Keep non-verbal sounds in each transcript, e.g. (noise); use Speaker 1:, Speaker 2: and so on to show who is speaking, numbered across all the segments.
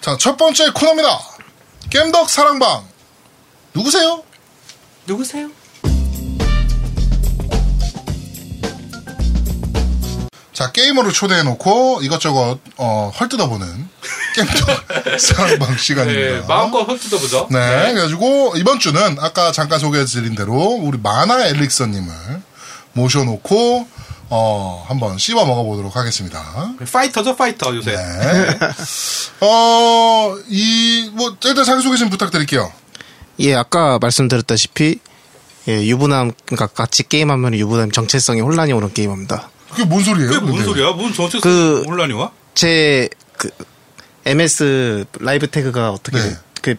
Speaker 1: 자, 첫 번째 코너입니다. 겜덕 사랑방. 누구세요?
Speaker 2: 누구세요?
Speaker 1: 자, 게이머를 초대해놓고 이것저것, 어, 헐뜯어보는
Speaker 2: (laughs)
Speaker 1: 겜덕 사랑방 시간입니다.
Speaker 2: 네, 마음껏 헐뜯어보죠.
Speaker 1: 네, 그래가지고 이번 주는 아까 잠깐 소개해드린 대로 우리 만화 엘릭서님을 모셔놓고 어 한번 씹어 먹어보도록 하겠습니다.
Speaker 2: 그 파이터죠, 파이터, 요새. (laughs)
Speaker 1: 네. 어, 어이뭐 일단 자기 소개 좀 부탁드릴게요.
Speaker 3: 예, 아까 말씀드렸다시피 예, 유부남 그러니까 같이 게임하면 유부남 정체성이 혼란이 오는 게임입니다.
Speaker 1: 그게 뭔 소리예요?
Speaker 2: 그게 뭔
Speaker 1: 근데?
Speaker 2: 소리야? 무슨 저체
Speaker 3: 그-
Speaker 2: 혼란이 와?
Speaker 3: 제 그 MS 라이브 태그가 어떻게
Speaker 1: 네.
Speaker 3: 그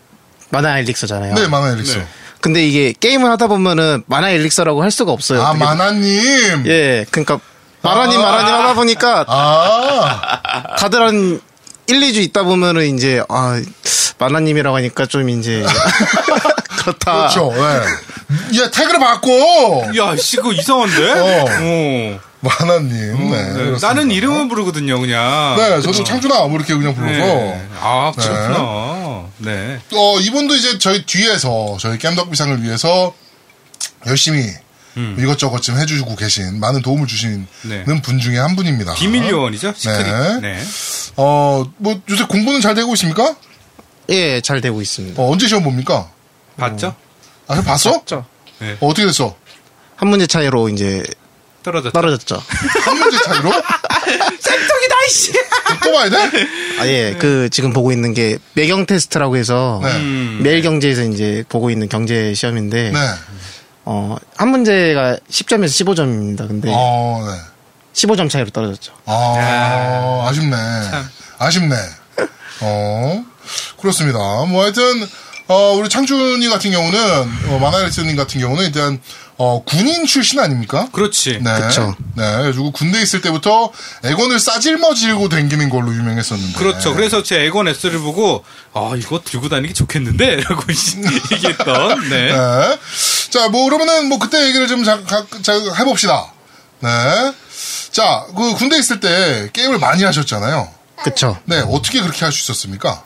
Speaker 3: 만화 엘릭서잖아요.
Speaker 1: 네, 만화 엘릭서.
Speaker 2: 네.
Speaker 3: 근데 이게 게임을 하다 보면은 만화 엘릭서라고 할 수가 없어요.
Speaker 1: 아
Speaker 3: 그게-
Speaker 1: 만화님.
Speaker 3: 예, 그러니까 마라님 마라님 하다 보니까
Speaker 1: 아
Speaker 3: 다들 한 1, 2주 있다 보면은 이제 아 마라님이라고 하니까 좀 이제 그렇다.
Speaker 1: (laughs) 그렇죠. 예. 예 태그를 받고
Speaker 2: 야, 씨, 그거 이상한데?
Speaker 1: 어.
Speaker 2: 어.
Speaker 1: 만화님. 네.
Speaker 2: 네,
Speaker 1: 그렇습니다.
Speaker 2: 나는 이름은 부르거든요, 그냥.
Speaker 1: 네, 저도 창준아 뭐 이렇게 그냥 불러서.
Speaker 2: 네. 아, 그렇구나. 네.
Speaker 1: 어, 이분도 이제 저희 뒤에서, 저희 깸덕비상을 위해서 열심히
Speaker 2: 음.
Speaker 1: 이것저것 좀 해주고 계신, 많은 도움을 주시는
Speaker 2: 네.
Speaker 1: 분 중에 한 분입니다.
Speaker 2: 비밀 요원이죠, 시크릿. 네.
Speaker 1: 어, 뭐, 요새 공부는 잘 되고 있습니까?
Speaker 3: 예, 잘 되고 있습니다.
Speaker 1: 어, 언제 시험 봅니까?
Speaker 2: 봤죠?
Speaker 1: 아, 형 봤어?
Speaker 3: 그렇죠.
Speaker 2: 네.
Speaker 1: 어, 어떻게 됐어?
Speaker 3: 한 문제 차이로 이제
Speaker 2: 떨어졌죠.
Speaker 3: 떨어졌죠.
Speaker 1: 한 문제 차이로?
Speaker 2: 쌩통이다, 이씨!
Speaker 1: 또 봐야
Speaker 2: (laughs)
Speaker 1: 돼? 네.
Speaker 3: 아, 예, 그 지금 보고 있는 게 매경 테스트라고 해서
Speaker 1: 네.
Speaker 2: 음.
Speaker 3: 매일경제에서 이제 보고 있는 경제 시험인데
Speaker 1: 네.
Speaker 3: 어, 한 문제가 10점에서 15점입니다. 근데
Speaker 1: 어, 네.
Speaker 3: 15점 차이로 떨어졌죠.
Speaker 1: 아, 아쉽네. 아쉽네. 어, 그렇습니다. 뭐, 하여튼, 어, 우리 창준이 같은 경우는, 어, 마나리스님 같은 경우는 일단, 어, 군인 출신 아닙니까?
Speaker 2: 그렇지.
Speaker 1: 네.
Speaker 3: 그쵸.
Speaker 1: 네. 그래가지고 군대 있을 때부터 애건을 싸질머질고 댕기는 걸로 유명했었는데.
Speaker 2: 그렇죠. 그래서 제 에건 S를 보고, 아, 이거 들고 다니기 좋겠는데? (laughs) 라고 얘기했던, 네.
Speaker 1: 네. 자, 뭐, 그러면은, 뭐, 그때 얘기를 좀 자, 가, 자, 해봅시다. 네. 자, 그 군대 있을 때 게임을 많이 하셨잖아요.
Speaker 3: 그쵸.
Speaker 1: 네. 어떻게 그렇게 할 수 있었습니까?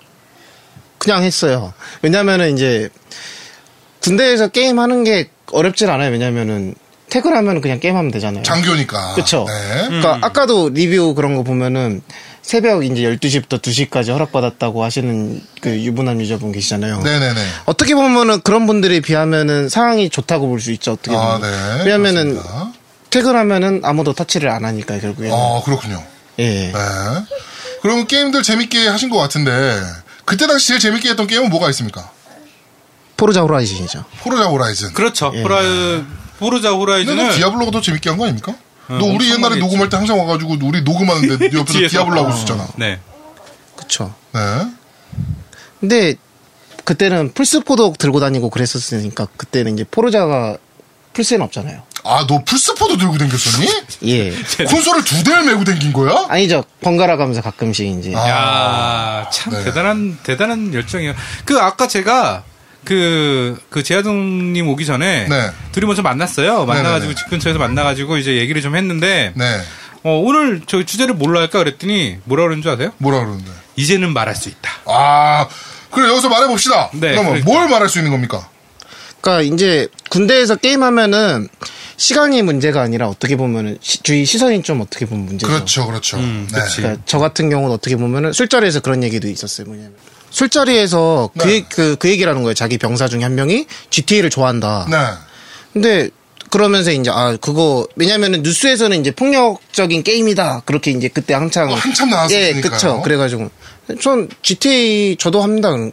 Speaker 3: 그냥 했어요. 왜냐면은 이제 군대에서 게임하는 게 어렵진 않아요. 왜냐면은 퇴근하면 그냥 게임하면 되잖아요.
Speaker 1: 장교니까.
Speaker 3: 그쵸.
Speaker 1: 네.
Speaker 2: 음.
Speaker 3: 그러니까 아까도 리뷰 그런 거 보면은 새벽 이제 12시부터 2시까지 허락받았다고 하시는 그 유부남 유저분 계시잖아요.
Speaker 1: 네네네.
Speaker 3: 어떻게 보면은 그런 분들에 비하면은 상황이 좋다고 볼 수 있죠. 어떻게 보면.
Speaker 1: 아, 네.
Speaker 3: 왜냐면은
Speaker 1: 그렇습니다.
Speaker 3: 퇴근하면은 아무도 터치를 안 하니까 결국에는.
Speaker 1: 아, 그렇군요. 네.
Speaker 3: 예.
Speaker 1: 그럼 게임들 재밌게 하신 것 같은데, 그때 당시 제일 재밌게 했던 게임은 뭐가 있습니까?
Speaker 3: 포르자 호라이즌이죠.
Speaker 1: 포르자 호라이즌.
Speaker 2: 그렇죠.
Speaker 3: 예.
Speaker 2: 호라이,
Speaker 1: 근데
Speaker 2: 보르자
Speaker 1: 뭐 너
Speaker 2: 호라이즌은.
Speaker 1: 디아블로가 더 재밌게 한 거 아닙니까? 너
Speaker 2: 네, 엄청
Speaker 1: 우리 옛날에
Speaker 2: 많이
Speaker 1: 녹음할 때 항상 와가지고 우리
Speaker 2: (laughs)
Speaker 1: 녹음하는데 네 옆에서
Speaker 2: 그 뒤에서.
Speaker 1: 디아블로 하고 있었잖아.
Speaker 2: 네.
Speaker 3: 그쵸.
Speaker 1: 네.
Speaker 3: 근데 그때는 플스포도 들고 다니고 그랬었으니까 그때는 이제 포르자가 플스에는 없잖아요.
Speaker 1: 아, 너 플스포도 들고
Speaker 2: (laughs)
Speaker 1: 댕겼었니? (laughs)
Speaker 3: 예.
Speaker 1: 콘솔을 두 대를 메고 댕긴 거야?
Speaker 3: 아니죠. 번갈아 가면서 가끔씩 이제.
Speaker 1: 아.
Speaker 2: 야, 참
Speaker 1: 네.
Speaker 2: 대단한 대단한 열정이에요. 그 아까 제가 그, 그, 재하동님 오기 전에.
Speaker 1: 네.
Speaker 2: 둘이 먼저 만났어요. 만나가지고,
Speaker 1: 네네네.
Speaker 2: 집 근처에서 만나가지고, 이제 얘기를 좀 했는데.
Speaker 1: 네.
Speaker 2: 어, 오늘 저 주제를 뭘로 할까 그랬더니, 뭐라 그러는 줄 아세요?
Speaker 1: 뭐라 그러는데.
Speaker 2: 이제는 말할 수 있다.
Speaker 1: 아, 그래, 여기서 말해봅시다.
Speaker 2: 네,
Speaker 1: 그러면
Speaker 2: 그러니까.
Speaker 1: 뭘 말할 수 있는 겁니까?
Speaker 3: 그러니까 이제 군대에서 게임하면은 시간이 문제가 아니라 어떻게 보면은 시- 주위 시선이 좀 어떻게 보면 문제죠.
Speaker 1: 그렇죠, 그렇죠. 네.
Speaker 2: 음, 그치.
Speaker 3: 그러니까 저 같은 경우는 어떻게 보면은 술자리에서 그런 얘기도 있었어요. 뭐냐면 술자리에서 그,
Speaker 1: 네.
Speaker 3: 얘- 그, 그 얘기라는 거예요. 자기 병사 중에 한 명이 GTA를 좋아한다.
Speaker 1: 네.
Speaker 3: 근데 그러면서 이제 아 그거 왜냐면은 뉴스에서는 이제 폭력적인 게임이다 그렇게 이제 그때 한창
Speaker 1: 어, 한참 나왔었으니까요.
Speaker 3: 예, 그쵸. 그래가지고 전 GTA 저도 합니다. 이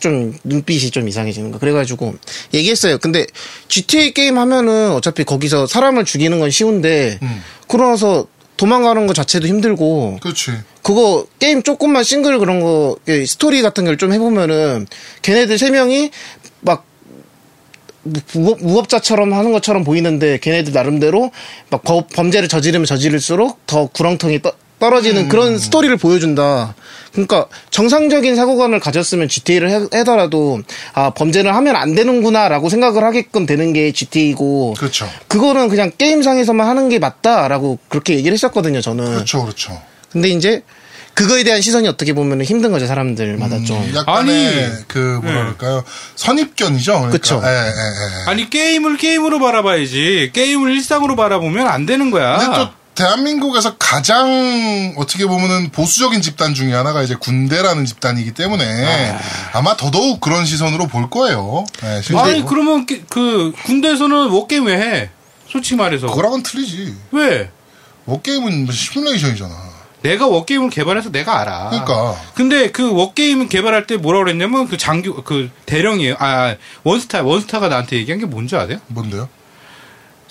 Speaker 3: 좀 눈빛이 좀 이상해지는 거. 그래가지고 얘기했어요. 근데 GTA 게임 하면은 어차피 거기서 사람을 죽이는 건 쉬운데
Speaker 1: 음.
Speaker 3: 그러면서 도망가는 거 자체도 힘들고
Speaker 1: 그렇지.
Speaker 3: 그거 게임 조금만 싱글 그런 거 예, 스토리 같은 걸 좀 해보면은 걔네들 세 명이 막 무- 무법, 무법자처럼 하는 것처럼 보이는데 걔네들 나름대로 막 거- 범죄를 저지르면 저지를수록 더 구렁텅이 떠- 떨어지는
Speaker 1: 음.
Speaker 3: 그런 스토리를 보여준다. 그러니까 정상적인 사고관을 가졌으면 GTA를 해, 더라도아 범죄를 하면 안 되는구나라고 생각을 하게끔 되는 게 GTA고
Speaker 1: 그렇죠.
Speaker 3: 그거는 그냥 게임상에서만 하는 게 맞다라고 그렇게 얘기를 했었거든요. 저는
Speaker 1: 그렇죠, 그렇죠.
Speaker 3: 근데 이제 그거에 대한 시선이 어떻게 보면 힘든 거죠 사람들마다
Speaker 1: 음.
Speaker 3: 좀.
Speaker 1: 약간의
Speaker 2: 아니.
Speaker 1: 그 뭐랄까요 선입견이죠. 그러니까.
Speaker 3: 그쵸.
Speaker 1: 예, 예, 예, 예.
Speaker 2: 아니 게임을 게임으로 바라봐야지 게임을 일상으로 바라보면 안 되는 거야.
Speaker 1: 근데 또 대한민국에서 가장 어떻게 보면은 보수적인 집단 중에 하나가 이제 군대라는 집단이기 때문에 아마 더더욱 그런 시선으로 볼 거예요. 예, 실제로.
Speaker 2: 아니 그러면 게- 그 군대에서는 워게임 왜 해? 솔직히 말해서
Speaker 1: 그거랑은 틀리지.
Speaker 2: 왜?
Speaker 1: 워게임은 뭐 시뮬레이션이잖아.
Speaker 2: 내가 워게임을 개발해서 내가 알아.
Speaker 1: 그러니까.
Speaker 2: 근데 그 워게임 개발할 때 뭐라 그랬냐면 그 장교 그 대령이에요. 아 원스타 원스타가 나한테 얘기한 게 뭔지 아세요?
Speaker 1: 뭔데요?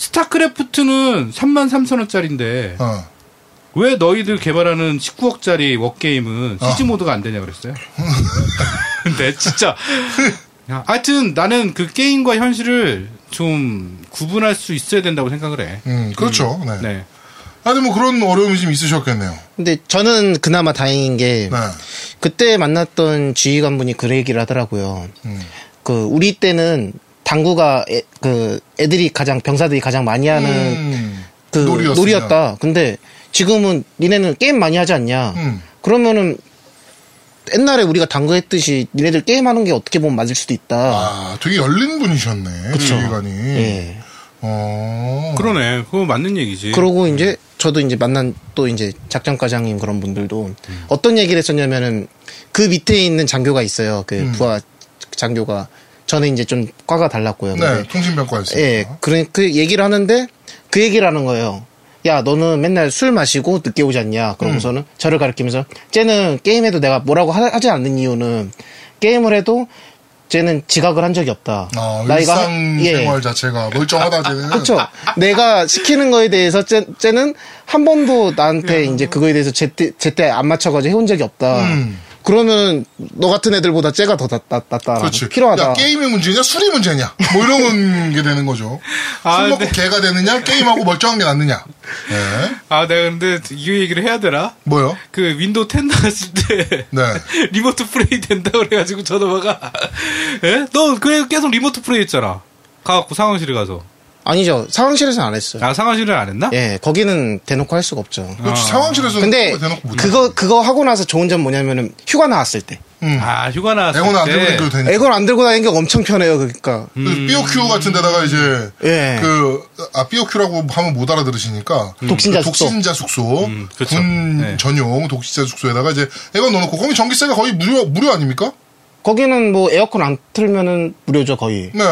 Speaker 2: 스타크래프트는 3만 3천 원짜리인데
Speaker 1: 어.
Speaker 2: 왜 너희들 개발하는 19억짜리 워게임은
Speaker 3: 아.
Speaker 2: CG 모드가 안 되냐 그랬어요. (laughs) 근데 진짜 야, 하여튼 나는 그 게임과 현실을 좀 구분할 수 있어야 된다고 생각을 해.
Speaker 1: 음, 그렇죠. 네.
Speaker 2: 네.
Speaker 1: 하여튼 뭐 그런 어려움이 좀 있으셨겠네요.
Speaker 3: 근데 저는 그나마 다행인 게
Speaker 1: 네.
Speaker 3: 그때 만났던 지휘관 분이 그 얘기를 하더라고요.
Speaker 1: 음.
Speaker 3: 그 우리 때는 당구가 애, 그 애들이 가장 병사들이 가장 많이 하는
Speaker 1: 음.
Speaker 3: 그
Speaker 1: 놀이였으면.
Speaker 3: 놀이였다. 근데 지금은 니네는 게임 많이 하지 않냐?
Speaker 1: 음.
Speaker 3: 그러면은 옛날에 우리가 당구했듯이 니네들 게임하는 게 어떻게 보면 맞을 수도 있다.
Speaker 1: 아, 되게 열린 분이셨네. 그기관이
Speaker 3: 예.
Speaker 1: 어.
Speaker 2: 그러네. 그거 맞는
Speaker 1: 예.
Speaker 2: 얘기지.
Speaker 3: 그러고 이제 저도 이제 만난 또 이제 작전과장님 그런 분들도 어떤 얘기를 했었냐면은 그 밑에 있는 장교가 있어요. 그
Speaker 1: 음.
Speaker 3: 부하 장교가 저는 이제 좀 과가 달랐고요.
Speaker 1: 네,
Speaker 3: 근데
Speaker 1: 통신병과였어요.
Speaker 3: 예, 그래 그 얘기를 하는데 그 얘기를 하는 거예요. 야, 너는 맨날 술 마시고 늦게 오지 않냐? 그러고서는
Speaker 1: 음.
Speaker 3: 저를 가리키면서 쟤는 게임해도 내가 뭐라고 하, 하지 않는 이유는 게임을 해도 쟤는 지각을 한 적이 없다.
Speaker 1: 아,
Speaker 3: 한- 예.
Speaker 1: 일상생활 자체가 멀쩡하다, 쟤는.
Speaker 3: 그렇죠.
Speaker 1: 아.
Speaker 3: 내가 시키는 거에 대해서 쟤, 는한 번도 나한테 이제 그거에 대해서 제때 제때 안 맞춰가지고 해온 적이 없다.
Speaker 1: 음.
Speaker 3: 그러면 너 같은 애들보다 쟤가 더 낫- 낫- 낫다.
Speaker 1: 그렇지.
Speaker 3: 필요하다.
Speaker 1: 야, 게임이 문제냐, 술이 문제냐. 뭐
Speaker 3: (laughs)
Speaker 1: 이런 게 되는 거죠.
Speaker 2: 아,
Speaker 1: 술 먹고
Speaker 3: 네.
Speaker 2: 근데-
Speaker 1: 개가 되느냐, 게임하고 멀쩡한 게 낫느냐. 예.
Speaker 2: 아, 내가 근데 이 얘기를 해야 되나?
Speaker 1: 뭐요?
Speaker 2: 그 윈도우 10 나왔을 때
Speaker 1: 네.
Speaker 2: (laughs) 리모트 플레이 된다 그래가지고 전화가 예? 너 그래 계속 리모트 플레이 했잖아. 가갖고 상황실에 가서
Speaker 3: 아니죠. 상황실에서는 안 했어요.
Speaker 2: 아 상황실을 안 했나?
Speaker 3: 예, 거기는 대놓고 할 수가 없죠.
Speaker 1: 그렇지. 상황실에서
Speaker 3: 아. 근데
Speaker 1: 대놓고 못
Speaker 3: 그거 그거 하고 나서 좋은 점 뭐냐면은 휴가 나왔을 때
Speaker 1: 음.
Speaker 2: 아 휴가 나왔을
Speaker 1: 에고는 안그
Speaker 2: 때
Speaker 1: 들고
Speaker 3: 네.
Speaker 1: 다녀도 되니까.
Speaker 3: 이걸 안 들고 다니는 게 엄청 편해요. 그러니까
Speaker 1: 그 삐오큐 같은 데다가 이제
Speaker 2: 네.
Speaker 3: 예.
Speaker 1: 그 아 삐오큐라고 하면 못 알아들으시니까
Speaker 3: 음. 독신자
Speaker 1: 그
Speaker 3: 숙소.
Speaker 1: 독신자 숙소
Speaker 2: 음, 그쵸.
Speaker 1: 군
Speaker 2: 네.
Speaker 1: 전용 독신자 숙소에다가 이제 애가 넣어놓고 거기 전기세가 거의 무료 무료 아닙니까?
Speaker 3: 거기는 뭐 에어컨 안 틀면은 무료죠 거의.
Speaker 1: 네.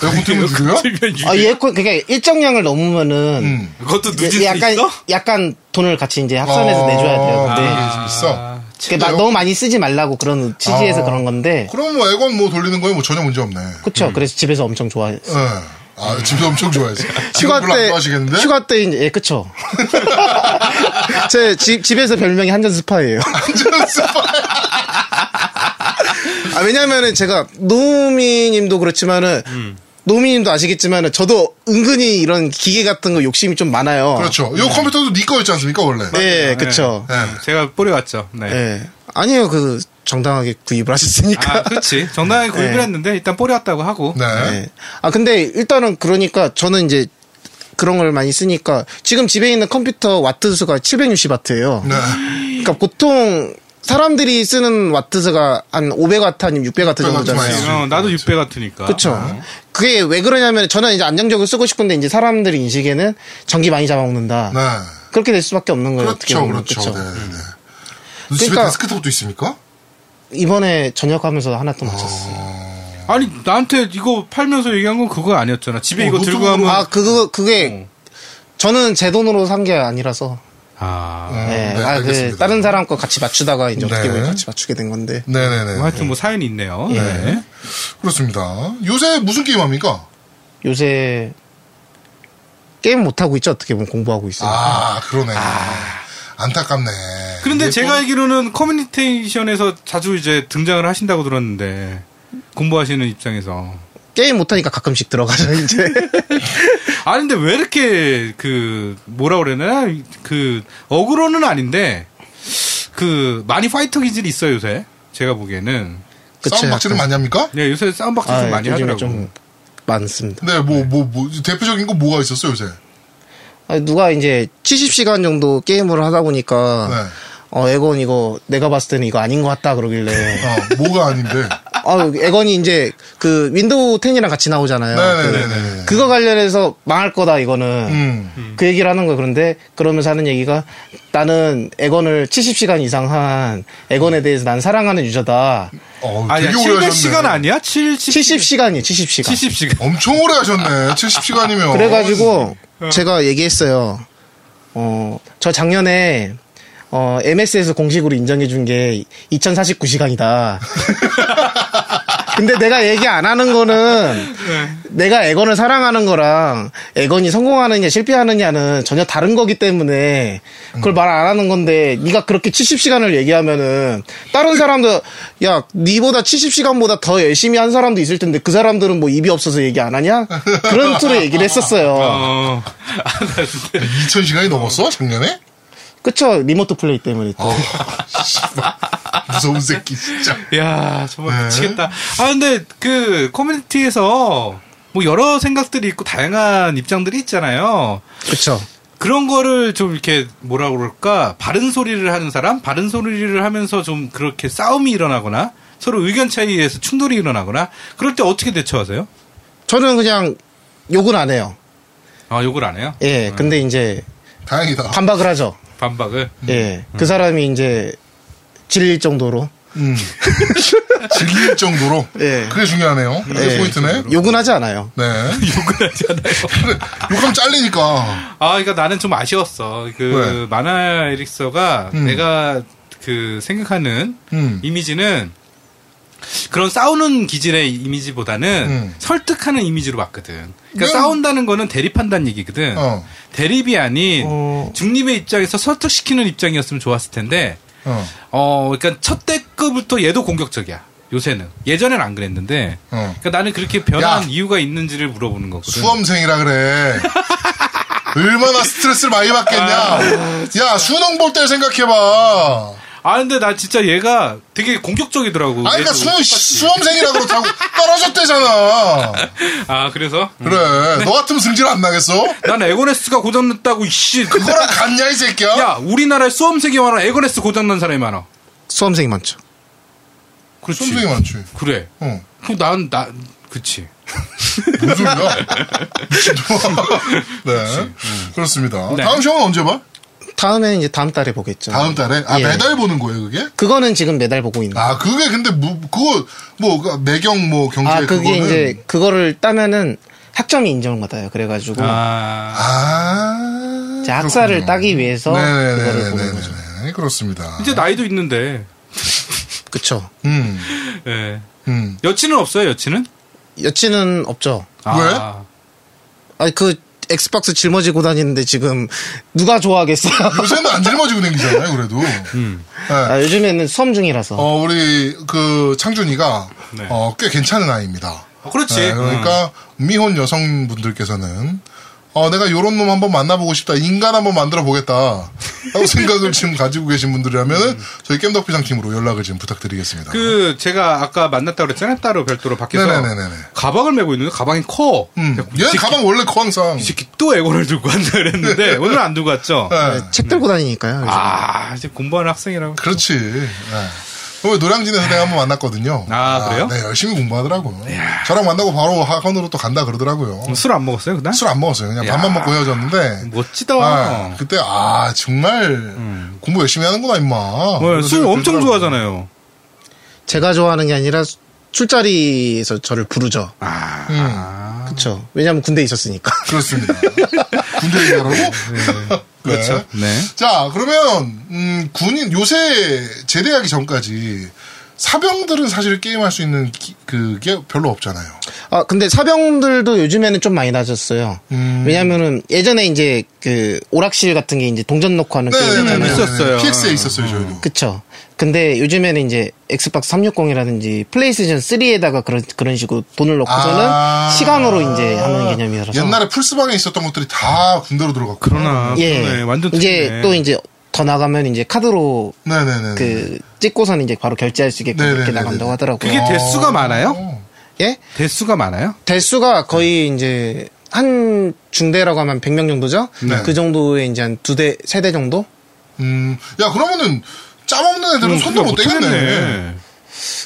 Speaker 1: 에어컨
Speaker 2: (laughs)
Speaker 1: 틀면 무료야?
Speaker 2: 틀면 유료?
Speaker 3: 아, 이 에어컨 그러니까 일정량을 넘으면은
Speaker 1: 음.
Speaker 2: 그것도
Speaker 3: 이제
Speaker 2: 늦을
Speaker 3: 예, 약간
Speaker 2: 수 있어?
Speaker 3: 약간 돈을 같이 이제 합산해서
Speaker 1: 어,
Speaker 3: 내줘야 돼요.
Speaker 1: 아.
Speaker 3: 근데
Speaker 1: 네, 좀 있어.
Speaker 3: 그게 막 너무 많이 쓰지 말라고 그런 취지에서
Speaker 1: 아.
Speaker 3: 그런 건데
Speaker 1: 그럼 뭐 에건 뭐 돌리는 거에 뭐 전혀 문제 없네.
Speaker 3: 그쵸 그래서 집에서 엄청 좋아해요.
Speaker 1: 예. 아 집도 엄청 좋아해서
Speaker 3: (laughs) 휴가
Speaker 1: 별로 안
Speaker 3: 때
Speaker 1: 좋아하시겠는데? (laughs)
Speaker 3: 휴가 때 이제 예, 그쵸. 제 집, 집에서 별명이
Speaker 1: (laughs)
Speaker 3: 한전 스파예요.
Speaker 1: 완전 스파이.
Speaker 3: 아, 왜냐면은 제가 노미님도 그렇지만은
Speaker 1: 음.
Speaker 3: 노미님도 아시겠지만은 저도 은근히 이런 기계 같은 거 욕심이 좀 많아요.
Speaker 1: 그렇죠. 요 컴퓨터도 네 거였지 않습니까 원래?
Speaker 3: 예, 그쵸.
Speaker 1: 예.
Speaker 2: 네. 제가 뿌려왔죠. 네.
Speaker 3: 예. 아니에요, 그 정당하게 구입을 하셨으니까.
Speaker 2: 아, 그렇지. 정당하게 구입을
Speaker 3: 네.
Speaker 2: 했는데 일단 뿌려왔다고 하고.
Speaker 1: 네.
Speaker 3: 예. 아 근데 일단은 그러니까 저는 이제 그런 걸 많이 쓰니까 지금 집에 있는 컴퓨터 와트 수가 760 와트예요.
Speaker 1: 네.
Speaker 3: 그러니까 보통 사람들이 쓰는 와트수가 한 500와트 아니면 600와트 정도
Speaker 1: 와트 많이
Speaker 3: 잖아요.
Speaker 1: 쓰죠. 아.
Speaker 2: 어, 나도 6배 같으니까.
Speaker 3: 그렇죠. 그게 왜 그러냐면 저는 이제 안정적으로 쓰고 싶은데 이제 사람들이 인식에는 전기 많이 잡아먹는다.
Speaker 1: 네.
Speaker 3: 그렇게 될 수밖에 없는 거예요. 뭐 어떻게
Speaker 1: 그렇죠,
Speaker 3: 보면.
Speaker 1: 그렇죠.
Speaker 3: 그쵸? 음.
Speaker 1: 네, 네. 집에
Speaker 3: 그러니까-
Speaker 1: 데스크톱도 있습니까?
Speaker 3: 이번에 전역하면서 하나 또 맞췄어요.
Speaker 2: 네. 아니 나한테 이거 팔면서 얘기한 건 그거 아니었잖아. 집에
Speaker 1: 어,
Speaker 2: 이거 들고
Speaker 1: 노트북으로-
Speaker 2: 가면
Speaker 3: 아 그거 그게
Speaker 1: 어.
Speaker 3: 저는 제 돈으로 산 게 아니라서
Speaker 2: 아.
Speaker 1: 음,
Speaker 3: 네, 아, 그 다른 사람 거 같이 맞추다가 이제 어떻게
Speaker 1: 네.
Speaker 3: 보면 같이 맞추게 된 건데.
Speaker 2: 뭐
Speaker 1: 네네네.
Speaker 2: 하여튼 뭐 사연이 있네요.
Speaker 3: 예.
Speaker 2: 네.
Speaker 1: 그렇습니다. 요새 무슨 게임 합니까?
Speaker 3: 요새 게임 못 하고 있죠. 어떻게 보면 공부하고 있어요.
Speaker 1: 아, 그러네. 안타깝네.
Speaker 2: 그런데 제가
Speaker 3: 뭐.
Speaker 2: 알기로는 커뮤니케이션에서 자주 이제 등장을 하신다고 들었는데 공부하시는 입장에서
Speaker 3: 게임 못 하니까 가끔씩 들어가죠. 이제
Speaker 2: 아 근데 왜 이렇게 그 뭐라 그래나 그 어그로는 아닌데 그 많이 파이터 기질이 있어요 요새 제가 보기에는
Speaker 3: (laughs) 그렇죠. 그쵸,
Speaker 1: 싸움박질을
Speaker 3: 약간.
Speaker 1: 많이 합니까?
Speaker 2: 네 요새 싸움박스
Speaker 3: 아,
Speaker 2: 좀 많이
Speaker 3: 요즘에
Speaker 2: 하더라고
Speaker 3: 좀 많습니다.
Speaker 1: 네, 뭐, 뭐, 뭐, 대표적인 거 뭐가 있었어요, 요새?
Speaker 3: 아니, 누가 이제 70시간 정도 게임을 하다 보니까
Speaker 1: 네.
Speaker 3: 어, 에건 이거 내가 봤을 때는 이거 아닌 것 같다 그러길래
Speaker 1: 어, 뭐가 아닌데.
Speaker 3: 어, 에건이 이제 그 윈도우 10이랑 같이 나오잖아요.
Speaker 1: 네네네네.
Speaker 3: 그, 거 관련해서 망할 거다 이거는
Speaker 1: 음.
Speaker 3: 그 얘기를 하는 거예요. 그런데 그러면서 하는 얘기가 나는 에건을 70시간 이상 한 에건에 대해서 난 사랑하는 유저다.
Speaker 1: 어,
Speaker 2: 아니야,
Speaker 1: 되게 오래 하셨네.
Speaker 2: 700시간 아니야? 70,
Speaker 3: 70시간이 70시간.
Speaker 2: 70시간.
Speaker 1: 엄청 오래 하셨네. 70시간이면. 어,
Speaker 3: 그래가지고 제가 얘기했어요. 어, 저 작년에 어, MS에서 공식으로 인정해준 게 2049시간이다. 근데 내가 얘기 안 하는 거는 내가 에건을 사랑하는 거랑 에건이 성공하느냐 실패하느냐는 전혀 다른 거기 때문에 그걸 말 안 하는 건데 네가 그렇게 70시간을 얘기하면은 다른 사람도 야 니보다 70시간보다 더 열심히 한 사람도 있을 텐데 그 사람들은 뭐 입이 없어서 얘기 안 하냐 그런 투로 얘기를 했었어요.
Speaker 2: 어. (laughs) 아, 나 근데
Speaker 1: 2000시간이 넘었어? 작년에?
Speaker 3: 그쵸 리모트 플레이 때문에 또.
Speaker 1: 어, 씨발. 아, 무서운 새끼, 진짜.
Speaker 2: 야 정말
Speaker 1: 네.
Speaker 2: 미치겠다. 아 근데 그 커뮤니티에서 뭐 여러 생각들이 있고 다양한 입장들이 있잖아요.
Speaker 3: 그쵸.
Speaker 2: 그런 거를 좀 이렇게 뭐라 그럴까 바른 소리를 하는 사람, 바른 소리를 하면서 좀 그렇게 싸움이 일어나거나 서로 의견 차이에서 충돌이 일어나거나 그럴 때 어떻게 대처하세요?
Speaker 3: 저는 그냥 욕은 안 해요.
Speaker 2: 아 욕을 안 해요?
Speaker 3: 예, 근데 이제
Speaker 1: 다행이다.
Speaker 3: 반박을 하죠.
Speaker 2: 반박을.
Speaker 3: 예, 그 사람이 이제 질릴 정도로.
Speaker 1: 음. 즐길 정도로.
Speaker 3: 예.
Speaker 1: 그게 중요하네요. 그게
Speaker 3: 예,
Speaker 1: 포인트네.
Speaker 3: 욕은 하지 않아요.
Speaker 1: 네.
Speaker 2: (laughs) 욕을 하지 않아요.
Speaker 1: 그래, 욕하면 잘리니까.
Speaker 2: 아, 그러니까 나는 좀 아쉬웠어. 그
Speaker 1: 왜?
Speaker 2: 마나 에릭서가
Speaker 1: 음.
Speaker 2: 내가 그 생각하는
Speaker 1: 음.
Speaker 2: 이미지는 그런 싸우는 기질의 이미지보다는
Speaker 1: 음.
Speaker 2: 설득하는 이미지로 봤거든. 그러니까
Speaker 1: 네.
Speaker 2: 싸운다는 거는 대립한다는 얘기거든.
Speaker 1: 어.
Speaker 2: 대립이 아닌
Speaker 3: 어.
Speaker 2: 중립의 입장에서 설득시키는 입장이었으면 좋았을 텐데.
Speaker 1: 어.
Speaker 2: 어, 그러니까 첫 대급부터 얘도 공격적이야. 요새는 예전엔 안 그랬는데.
Speaker 1: 어.
Speaker 2: 그러니까 나는 그렇게 변한
Speaker 1: 야.
Speaker 2: 이유가 있는지를 물어보는 거거든.
Speaker 1: 수험생이라 그래. 얼마나 스트레스를 많이 받겠냐. 야, 수능 볼 때 생각해봐.
Speaker 2: 아 근데 나 진짜 얘가 되게 공격적이더라고.
Speaker 1: 아니, 그러니까
Speaker 2: 얘도.
Speaker 1: 수, 수험생이라 그렇다고 떨어졌대잖아.
Speaker 2: 아 그래서
Speaker 1: 그래. 너 같으면 승질 안 나겠어?
Speaker 2: 난 에고네스가 고장났다고 이씨.
Speaker 1: 그거랑 같냐, 이 새끼야?
Speaker 2: 야 우리나라에 수험생이 많아 에고네스 고장난 사람이 많아.
Speaker 3: 수험생이 많죠.
Speaker 2: 그렇지.
Speaker 1: 수험생이 많지.
Speaker 2: 그래.
Speaker 1: 어.
Speaker 2: 그럼 난 나 그치.
Speaker 1: 뭔 소리야? 미친놈아. 네. 그렇습니다.
Speaker 2: 네.
Speaker 1: 다음 시험은 언제 봐?
Speaker 3: 다음에는 이제 다음 달에 보겠죠.
Speaker 1: 다음 달에? 아,
Speaker 3: 예.
Speaker 1: 매달 보는 거예요, 그게?
Speaker 3: 그거는 지금 매달 보고 있는. 아,
Speaker 1: 아, 그게 근데, 뭐, 그거, 뭐, 그 매경, 뭐, 경제
Speaker 3: 아 그게
Speaker 1: 그거는.
Speaker 3: 이제 그거를 따면은 학점이 인정을 받아요. 그래가지고
Speaker 2: 아
Speaker 1: 아.
Speaker 3: 이제 학사를 따기 위해서 그거를 보는 거죠.
Speaker 1: 네, 네네네네네. 그렇습니다.
Speaker 2: 이제 나이도 있는데.
Speaker 1: 네.
Speaker 3: 그쵸.
Speaker 1: 음,
Speaker 2: 예.
Speaker 1: 음.
Speaker 2: 여친은 없어요 여친은?
Speaker 3: 여친은 없죠.
Speaker 2: 아.
Speaker 3: 아니 그 엑스박스 짊어지고 다니는데 지금 누가 좋아하겠어요?
Speaker 1: 요새는 안 짊어지고 다니잖아요, 그래도.
Speaker 2: 음.
Speaker 1: 네.
Speaker 3: 아, 요즘에는 수험 중이라서.
Speaker 1: 어, 우리, 그, 창준이가,
Speaker 2: 네.
Speaker 1: 어, 꽤 괜찮은 아이입니다.
Speaker 2: 어, 그렇지.
Speaker 1: 네, 그러니까,
Speaker 2: 음.
Speaker 1: 미혼 여성분들께서는, 어, 내가 요런 놈 한번 만나보고 싶다. 인간 한번 만들어 보겠다.
Speaker 2: (laughs)
Speaker 1: 라고 생각을 지금 가지고 계신 분들이라면은, 저희 겜덕비상 팀으로 연락을 지금 부탁드리겠습니다.
Speaker 2: 음. 그 제가 아까 만났다고 그랬잖아요 따로 별도로 밖에서
Speaker 1: 네네네네.
Speaker 2: 가방을 메고 있는데 가방이 커.
Speaker 1: 음.
Speaker 2: 그래갖고 이
Speaker 1: 얘
Speaker 2: 새끼-
Speaker 1: 가방 원래 커, 항상.
Speaker 2: 이 새끼 또 애고를 들고
Speaker 1: (laughs)
Speaker 2: 간다 그랬는데 오늘 안 들고 왔죠.
Speaker 1: 네.
Speaker 3: 네, 책 들고 다니니까요. 요즘.
Speaker 2: 아 이제 공부하는 학생이라고.
Speaker 1: 그렇지. 예. 그리고 노량진에서 내가 한번 만났거든요.
Speaker 2: 아, 그래요?
Speaker 1: 네, 열심히 공부하더라고요. 저랑 만나고 바로 학원으로 또 간다 그러더라고요.
Speaker 2: 술 안 먹었어요 그날?
Speaker 1: 술 안 먹었어요. 그냥 밥만 먹고 헤어졌는데.
Speaker 2: 멋지다.
Speaker 1: 아, 그때 아 정말 공부 열심히 하는구나 임마.
Speaker 2: 네,
Speaker 1: 그런
Speaker 2: 음. 술
Speaker 1: 생각
Speaker 2: 엄청
Speaker 1: 들더라고요.
Speaker 2: 좋아하잖아요.
Speaker 3: 제가 좋아하는 게 아니라 수- 술자리에서 저를 부르죠.
Speaker 2: 아,
Speaker 1: 음,
Speaker 3: 그쵸. 왜냐면 군대에 있었으니까. (laughs)
Speaker 1: 그렇습니다. 군대 얘기하라고?
Speaker 2: 네. 그렇죠.
Speaker 1: 네.
Speaker 2: 네.
Speaker 1: 자 그러면 음, 군인 요새 제대하기 전까지 사병들은 사실 게임할 수 있는 기- 그게 별로 없잖아요.
Speaker 3: 아, 근데 사병들도 요즘에는 좀 많이 낮았어요.
Speaker 1: 음.
Speaker 3: 왜냐면은 예전에 이제 그 오락실 같은 게 이제 동전 넣고 하는
Speaker 2: 네, 네,
Speaker 3: 게임이잖아요.
Speaker 2: 네. 있었어요. 음.
Speaker 1: PX에 있었어요 저희도.
Speaker 3: 그쵸. 근데 요즘에는 이제 엑스박스 360이라든지 플레이스테이션 3에다가 그런, 그런 식으로 돈을 넣고서는
Speaker 1: 아.
Speaker 3: 시간으로 이제 하는 개념이라서.
Speaker 1: 옛날에 풀스방에 있었던 것들이 다 군대로 들어갔고.
Speaker 2: 그러나
Speaker 3: 예.
Speaker 2: 그러네. 완전
Speaker 3: 이제
Speaker 2: 틀리네.
Speaker 3: 또 이제 더 나가면 이제 카드로
Speaker 1: 네네네.
Speaker 3: 그 찍고서는 이제 바로 결제할 수 있게끔 이렇게
Speaker 1: 네네네네네.
Speaker 3: 나간다고 하더라고요.
Speaker 1: 아.
Speaker 2: 그게 대수가 많아요?
Speaker 3: 예?
Speaker 2: 대수가 많아요?
Speaker 3: 대수가
Speaker 1: 네.
Speaker 3: 거의 이제 한 중대라고 하면 100명 정도죠?
Speaker 1: 네.
Speaker 3: 그 정도에 이제 한 두 대, 세 대 정도?
Speaker 1: 음, 야 그러면은 짜먹는 애들은
Speaker 2: 음,
Speaker 1: 손도 아,
Speaker 2: 뭐
Speaker 1: 못 대겠네.